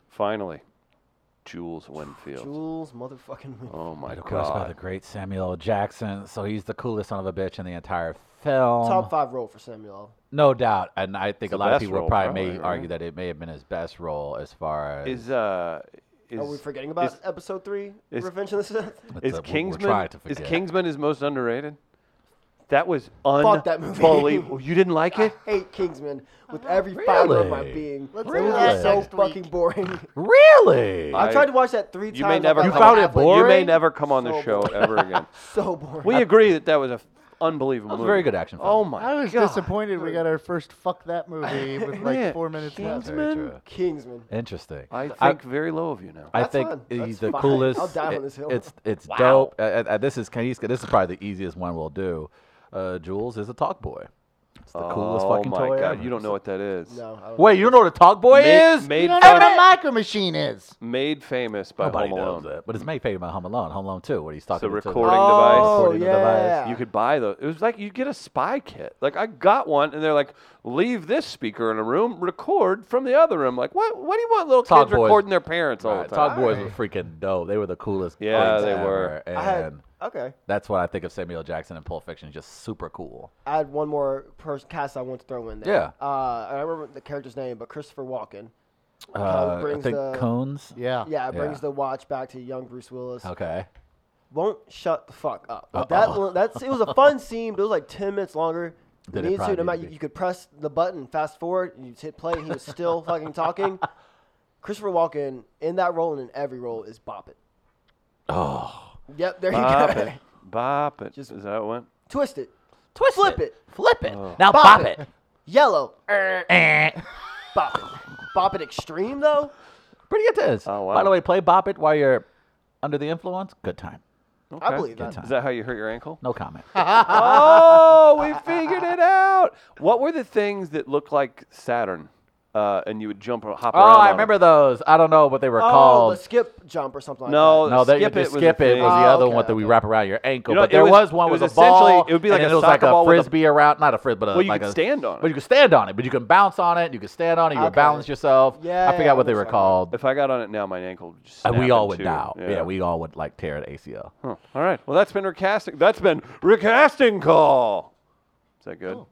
Speaker 1: Finally, Jules Winfield.
Speaker 2: Jules motherfucking Winfield.
Speaker 1: Oh my
Speaker 3: Of course, by the
Speaker 1: God.
Speaker 3: great Samuel L. Jackson. So he's the coolest son of a bitch in the entire
Speaker 1: Um,
Speaker 3: film.
Speaker 2: Top five role for Samuel.
Speaker 3: No doubt. And I think
Speaker 1: the
Speaker 3: a lot of
Speaker 1: best
Speaker 3: people
Speaker 1: role,
Speaker 3: will probably, may
Speaker 1: probably, right?
Speaker 3: argue that it may have been his best role as far as.
Speaker 1: Is uh is
Speaker 2: Are Oh, we forgetting about
Speaker 1: is-
Speaker 2: episode three?
Speaker 1: is-
Speaker 2: Revenge of the Sith.
Speaker 1: is
Speaker 3: That's what we're trying
Speaker 1: Kingsman
Speaker 3: to
Speaker 1: is
Speaker 3: forget.
Speaker 1: Kingsman his most underrated? That was unbelievable.
Speaker 2: Fuck that movie.
Speaker 1: You didn't like it?
Speaker 2: Hate Kingsman with every fiber of my
Speaker 3: Really?
Speaker 2: being.
Speaker 4: Uh-huh. Let's
Speaker 2: That
Speaker 4: do
Speaker 2: movie
Speaker 3: that
Speaker 2: is so
Speaker 4: next
Speaker 2: fucking
Speaker 4: week.
Speaker 2: boring.
Speaker 3: Really?
Speaker 2: I,
Speaker 1: I-
Speaker 2: tried to watch that three
Speaker 1: You
Speaker 2: times.
Speaker 1: may
Speaker 2: I
Speaker 1: never
Speaker 2: got
Speaker 3: You
Speaker 1: come
Speaker 2: like
Speaker 3: found it
Speaker 2: halfway-
Speaker 3: boring?
Speaker 1: You may never come on the
Speaker 2: So
Speaker 1: show
Speaker 2: boring.
Speaker 1: ever again.
Speaker 2: So boring.
Speaker 1: We agree that that was a f- unbelievable
Speaker 3: That was a
Speaker 1: movie.
Speaker 3: very good action film.
Speaker 1: Oh my
Speaker 4: I was
Speaker 1: God.
Speaker 4: disappointed we got our first fuck that movie with
Speaker 1: Yeah.
Speaker 4: like four minutes
Speaker 3: That's
Speaker 4: left.
Speaker 3: very
Speaker 1: Kingsman?
Speaker 3: true.
Speaker 2: Kingsman.
Speaker 3: Interesting.
Speaker 1: I think
Speaker 3: I-
Speaker 1: very low of you now.
Speaker 3: I
Speaker 2: That's
Speaker 3: think
Speaker 2: fine.
Speaker 3: he's
Speaker 2: That's
Speaker 3: the
Speaker 2: fine.
Speaker 3: coolest.
Speaker 2: I'll die on
Speaker 3: it-
Speaker 2: this hill.
Speaker 3: It's it's dope. Uh, uh, uh, this is can- he's- this is probably the easiest one we'll do. Uh, Jules is a talk boy. It's the coolest
Speaker 1: oh
Speaker 3: fucking
Speaker 1: my
Speaker 3: toy
Speaker 1: God.
Speaker 3: ever.
Speaker 1: You don't know what that is.
Speaker 2: No. I don't
Speaker 3: Wait, you don't know what a talk boy
Speaker 1: Made-
Speaker 3: is?
Speaker 1: made
Speaker 4: You don't know
Speaker 1: fam-
Speaker 4: what a micro machine is.
Speaker 1: made famous by
Speaker 3: Nobody
Speaker 1: Home Alone.
Speaker 3: knows that. But it's made famous by Home Alone. Home Alone 2, where he's talking
Speaker 1: It's a
Speaker 3: to
Speaker 1: recording
Speaker 3: the,
Speaker 1: device.
Speaker 2: Oh,
Speaker 3: recording
Speaker 2: yeah.
Speaker 1: You could buy those. It was like you get a spy kit. Like I got one, and they're like, "Leave this speaker in a room, record from the other room." Like, what? What do you want little
Speaker 3: Talk
Speaker 1: kids
Speaker 3: boys.
Speaker 1: recording their parents all
Speaker 3: Right,
Speaker 1: the
Speaker 3: Talk
Speaker 1: time?
Speaker 3: Boys were freaking dope. They were the coolest.
Speaker 1: Yeah,
Speaker 3: things
Speaker 1: they
Speaker 3: ever,
Speaker 1: were.
Speaker 3: And
Speaker 2: I had, okay.
Speaker 3: that's what I think of Samuel L. Jackson and Pulp Fiction. Just super cool.
Speaker 2: I had one more person cast I want to throw in there.
Speaker 3: Yeah.
Speaker 2: Uh, and I remember the character's name, but Christopher Walken.
Speaker 3: Uh, I
Speaker 2: brings
Speaker 3: think
Speaker 2: the-
Speaker 3: Cones.
Speaker 4: Yeah.
Speaker 2: Yeah, brings
Speaker 3: Yeah.
Speaker 2: the watch back to young Bruce Willis.
Speaker 3: Okay.
Speaker 2: Won't shut the fuck up. Like, that
Speaker 3: Uh-oh.
Speaker 2: one, that's it was a fun scene, but it was like ten minutes longer.
Speaker 3: Than it
Speaker 2: Needs
Speaker 3: probably
Speaker 2: to, no matter,
Speaker 3: needed to
Speaker 2: you,
Speaker 3: be.
Speaker 2: you could press the button, fast forward, and you hit play, and he was still fucking talking. Christopher Walken in that role and in every role is bop it.
Speaker 3: Oh.
Speaker 2: Yep, there you
Speaker 1: Bop
Speaker 2: go.
Speaker 1: it, bop it.
Speaker 2: Just-
Speaker 1: Is that what?
Speaker 2: Twist it,
Speaker 3: Twist
Speaker 2: flip it,
Speaker 3: Flip it.
Speaker 1: Oh.
Speaker 3: Now
Speaker 2: Bop
Speaker 3: pop
Speaker 2: it.
Speaker 3: it.
Speaker 2: yellow,
Speaker 3: Eh.
Speaker 2: bop it, bop it extreme though.
Speaker 3: Pretty intense.
Speaker 1: Oh,
Speaker 3: By
Speaker 1: wow.
Speaker 3: the way, play Bop It while you're under the influence. Good time.
Speaker 2: I believe that.
Speaker 3: time.
Speaker 1: Is that how you hurt your ankle?
Speaker 3: No comment.
Speaker 1: oh, we figured it out. What were the things that looked like Saturn? Uh, and you would jump or hop
Speaker 3: oh,
Speaker 1: around. on
Speaker 3: I
Speaker 1: 'em?
Speaker 3: remember those. I don't know what they were
Speaker 2: Oh,
Speaker 3: called.
Speaker 2: the skip jump or something like
Speaker 1: No, the
Speaker 2: that.
Speaker 3: No, that
Speaker 1: skip
Speaker 3: the
Speaker 1: it was a
Speaker 3: skip it was
Speaker 1: thing.
Speaker 3: the
Speaker 2: Oh,
Speaker 3: other
Speaker 2: okay,
Speaker 3: one that we
Speaker 2: okay.
Speaker 3: wrap around your ankle.
Speaker 1: You know,
Speaker 3: but
Speaker 1: it
Speaker 3: there
Speaker 1: was-
Speaker 3: was, one
Speaker 1: it
Speaker 3: with
Speaker 1: was
Speaker 3: a
Speaker 1: essentially-
Speaker 3: ball.
Speaker 1: it would be
Speaker 3: and
Speaker 1: like
Speaker 3: then
Speaker 1: a
Speaker 3: it was like
Speaker 1: soccer ball with a-
Speaker 3: frisbee around, not a frisbee, but a,
Speaker 1: Well, you
Speaker 3: like
Speaker 1: could
Speaker 3: a-
Speaker 1: stand on
Speaker 3: But
Speaker 1: it.
Speaker 3: you could stand on it, but you can bounce on it. You could stand on it. You could
Speaker 2: Okay.
Speaker 3: balance yourself.
Speaker 2: Yeah,
Speaker 3: I
Speaker 2: yeah,
Speaker 3: forgot what they
Speaker 2: I
Speaker 3: were
Speaker 2: understand.
Speaker 3: called.
Speaker 1: If I got on it now, my ankle would just.
Speaker 3: And Uh, we
Speaker 1: snap
Speaker 3: all
Speaker 1: in
Speaker 3: would
Speaker 1: two.
Speaker 3: now. Yeah. we all would like tear an ACL.
Speaker 1: Huh. All right. Well, that's been recasting. That's been recasting call. Is that
Speaker 3: Oh.
Speaker 1: good?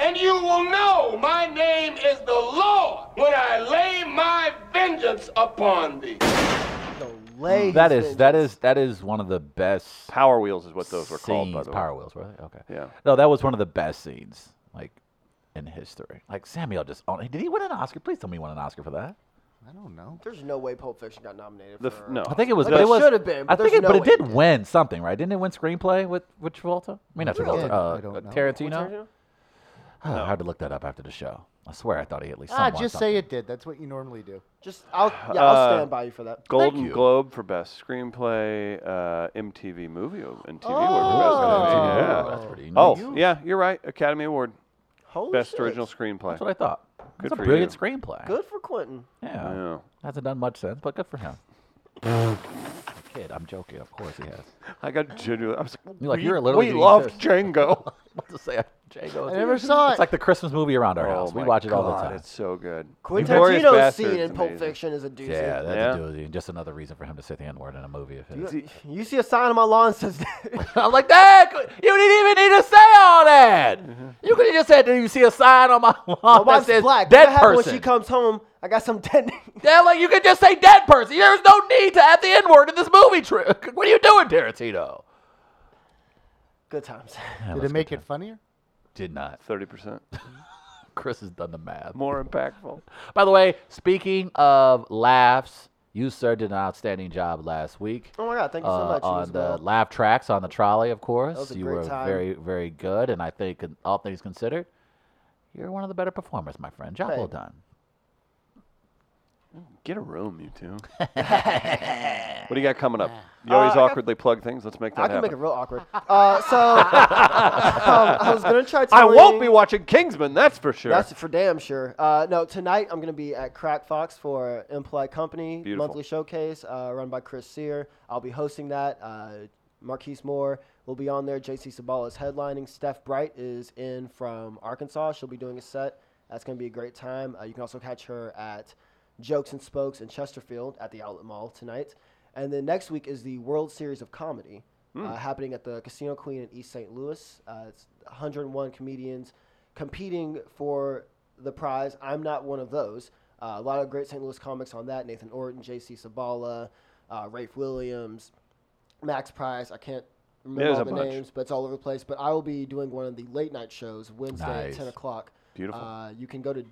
Speaker 5: And you will know my name is the Lord when I lay my vengeance upon thee.
Speaker 4: Hmm.
Speaker 2: The lay
Speaker 3: That
Speaker 2: his
Speaker 3: is
Speaker 2: vengeance.
Speaker 3: that is that is one of the best
Speaker 1: Power wheels is what those were called, by
Speaker 3: scenes.
Speaker 1: the way.
Speaker 3: Power Wheels, were they? Okay.
Speaker 1: Yeah.
Speaker 3: No, that was one of the best scenes, like in history. Like Samuel just owned. Did he win an Oscar? Please tell me he won an Oscar for that.
Speaker 4: I don't know.
Speaker 2: There's no way Pulp Fiction got nominated.
Speaker 1: The
Speaker 2: for,
Speaker 1: f- no.
Speaker 3: I think it was.
Speaker 2: Like,
Speaker 3: but
Speaker 2: it
Speaker 3: it was,
Speaker 2: should've been, but
Speaker 3: I think
Speaker 2: there's
Speaker 3: it, but
Speaker 2: no
Speaker 3: it did
Speaker 2: way it did.
Speaker 3: win something, right? Didn't it win screenplay with with Travolta? I mean, not Travolta.
Speaker 4: did?
Speaker 3: Uh,
Speaker 4: I don't know.
Speaker 3: Tarantino. Oh, I had to look that up after the show. I swear, I thought he at least.
Speaker 4: Ah,
Speaker 3: somewhat
Speaker 4: just
Speaker 3: something.
Speaker 4: say it did. That's what you normally do.
Speaker 2: Just I'll yeah I'll
Speaker 1: Uh,
Speaker 2: stand by you for that.
Speaker 1: Golden
Speaker 3: you.
Speaker 1: Globe for best screenplay, uh, MTV Movie Award- and TV
Speaker 3: Oh,
Speaker 1: Award for
Speaker 3: that's
Speaker 1: best
Speaker 3: pretty neat.
Speaker 1: movie. Yeah. Oh, yeah, you're right. Academy Award,
Speaker 2: Holy
Speaker 1: best
Speaker 2: shit.
Speaker 1: original screenplay.
Speaker 3: that's what I thought. That's a
Speaker 1: for
Speaker 3: brilliant
Speaker 1: you.
Speaker 3: screenplay.
Speaker 2: Good for Quentin.
Speaker 3: Yeah.
Speaker 1: Yeah.
Speaker 3: Hasn't done much since, but good for him. Kid, I'm joking. Of course he has.
Speaker 1: I got genuinely. I was like,
Speaker 3: You're like,
Speaker 1: we,
Speaker 3: you're a little
Speaker 1: we
Speaker 3: Jesus.
Speaker 1: loved Django.
Speaker 3: I'm about to say, Django.
Speaker 4: I never saw
Speaker 3: It's
Speaker 4: it.
Speaker 3: like the Christmas movie around our
Speaker 1: Oh
Speaker 3: house. We
Speaker 1: my
Speaker 3: watch it all the
Speaker 1: God,
Speaker 3: time.
Speaker 1: It's so good.
Speaker 2: Quentin
Speaker 1: Inglourious
Speaker 2: Tarantino's
Speaker 1: Basterds
Speaker 2: scene
Speaker 1: is
Speaker 2: in Pulp
Speaker 1: amazing.
Speaker 2: Fiction is a doozy.
Speaker 3: Yeah, that's
Speaker 1: Yeah.
Speaker 3: a doozy. Just another reason for him to say the N word in a movie of his.
Speaker 2: You, you see a sign on my lawn says that.
Speaker 3: I'm like, Dad, you didn't even need to say all that. You could have just said, "Did you see a sign on my
Speaker 2: my
Speaker 3: wall that
Speaker 2: wife's
Speaker 3: says
Speaker 2: Mm-hmm. Oh, black.
Speaker 3: dead
Speaker 2: what happened
Speaker 3: person?"
Speaker 2: when she comes home? I got some dead.
Speaker 3: yeah, like you could just say dead person. There's no need to add the N word in this movie. Tri- what are you doing, Tarantino?
Speaker 2: Good times.
Speaker 4: Did it make it funnier?
Speaker 3: Did not.
Speaker 1: Thirty percent
Speaker 3: Chris has done the math.
Speaker 1: more impactful.
Speaker 3: By the way, speaking of laughs, you sir did an outstanding job last week.
Speaker 2: Oh my God, thank you so
Speaker 3: uh,
Speaker 2: much, you as
Speaker 3: on the
Speaker 2: well.
Speaker 3: laugh tracks on the trolley, of course.
Speaker 2: was a
Speaker 3: you
Speaker 2: great
Speaker 3: were
Speaker 2: time.
Speaker 3: very, very good, and I think, in all things considered, you're one of the better performers, my friend. Job well
Speaker 2: Thank-
Speaker 3: done.
Speaker 1: Get a room, you two. what do you got coming up? You
Speaker 3: Uh,
Speaker 1: always
Speaker 2: I got-
Speaker 1: awkwardly plug things. Let's make that
Speaker 2: I can
Speaker 1: happen.
Speaker 2: make it real awkward. Uh, so um, I was gonna try.
Speaker 1: I
Speaker 2: Telling,
Speaker 1: won't be watching Kingsman, that's for sure.
Speaker 2: That's for damn sure. Uh, no, tonight I'm gonna be at Crack Fox for Implied Company
Speaker 1: Beautiful.
Speaker 2: monthly showcase uh, run by Chris Sear. I'll be hosting that. Uh, Marquise Moore will be on there. J.C. Sabal is headlining. Steph Bright is in from Arkansas. She'll be doing a set. That's gonna be a great time. Uh, you can also catch her at Jokes and Spokes in Chesterfield at the Outlet Mall tonight. And then next week is the World Series of Comedy
Speaker 1: Hmm.
Speaker 2: uh, happening at the Casino Queen in East St. Louis. Uh, it's 101 comedians competing for the prize. I'm not one of those. Uh, a lot of great St. Louis comics on that Nathan Orton, J.C. Sabala, uh, Rafe Williams, Max Price. I can't remember
Speaker 1: There's
Speaker 2: all
Speaker 1: a
Speaker 2: the
Speaker 1: bunch.
Speaker 2: names, but it's all over the place. But I will be doing one of the late night shows Wednesday
Speaker 3: Nice.
Speaker 2: at 10 o'clock.
Speaker 1: Beautiful.
Speaker 2: Uh, you can go to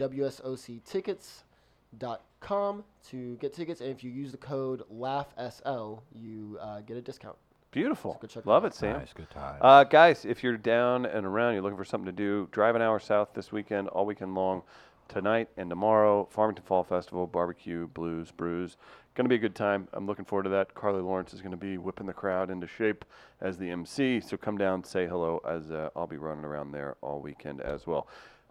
Speaker 2: wsoctickets.com to get tickets, and if you use the code LAUGHSL, you uh, get a discount.
Speaker 1: Beautiful.
Speaker 2: Let's go check it
Speaker 1: Love
Speaker 2: out.
Speaker 1: it, Sam.
Speaker 3: good time.
Speaker 1: Uh, guys, if you're down and around, you're looking for something to do, drive an hour south this weekend, all weekend long, tonight and tomorrow. Farmington Fall Festival, barbecue, blues, brews. Going to be a good time. I'm looking forward to that. Carly Lawrence is going to be whipping the crowd into shape as the MC. So come down, say hello, as uh, I'll be running around there all weekend as well.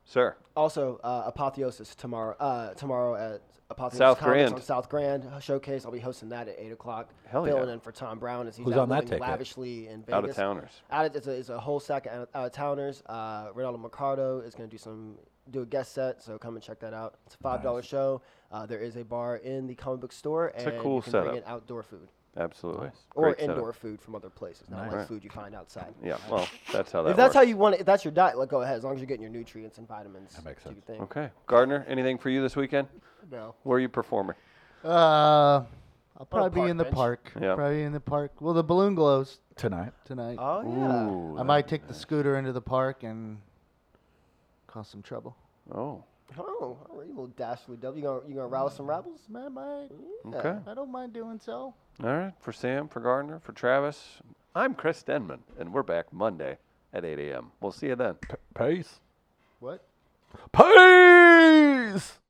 Speaker 1: Sir,
Speaker 2: Also, uh, Apotheosis tomorrow. Uh, tomorrow at Apotheosis
Speaker 1: South
Speaker 2: Comics
Speaker 1: Grand.
Speaker 2: on South Grand uh, showcase. I'll be hosting that at eight o'clock.
Speaker 1: Hell
Speaker 2: filling
Speaker 1: yeah.
Speaker 2: in for Tom Brown as he's
Speaker 3: Who's
Speaker 2: out
Speaker 3: on that
Speaker 2: living
Speaker 3: ticket?
Speaker 2: lavishly in Vegas.
Speaker 1: out of towners.
Speaker 2: Out of, it's, a, it's a whole stack of out of towners. Uh, Ronaldo Mercado is going to do some do a guest set, so come and check that out. It's a five dollar show. Uh, there is a bar in the comic book store, and
Speaker 1: a cool
Speaker 2: you can bring in
Speaker 1: setup.
Speaker 2: outdoor food
Speaker 1: Absolutely.
Speaker 2: or
Speaker 1: Great setup.
Speaker 2: indoor food from other places, not like
Speaker 1: Right.
Speaker 2: food you find outside.
Speaker 1: Yeah, well, that's how that
Speaker 2: if that's
Speaker 1: works.
Speaker 2: how you want it, if that's your diet, like go ahead. As long as you're getting your nutrients and vitamins, that
Speaker 3: makes sense.
Speaker 1: okay. Gardner, anything for you this weekend?
Speaker 4: No.
Speaker 1: Where are you performing?
Speaker 4: Uh, I'll probably
Speaker 2: park
Speaker 4: be in the
Speaker 2: bench.
Speaker 4: park.
Speaker 1: Yeah.
Speaker 4: Probably in the park. Well, the balloon glows
Speaker 3: Tonight.
Speaker 4: tonight.
Speaker 2: Oh yeah.
Speaker 1: Ooh,
Speaker 4: I might take the scooter into the park and cause some trouble.
Speaker 1: Oh,
Speaker 2: Oh, all right, you little dastardly devil. You gonna you gonna rouse some rebels?
Speaker 4: I might.
Speaker 2: Yeah.
Speaker 1: okay.
Speaker 4: I don't mind doing so.
Speaker 1: All right, for Sam, for Gardner, for Travis, I'm Chris Denman, and we're back Monday at 8 a.m. We'll see you then.
Speaker 3: Peace.
Speaker 4: What?
Speaker 3: Peace.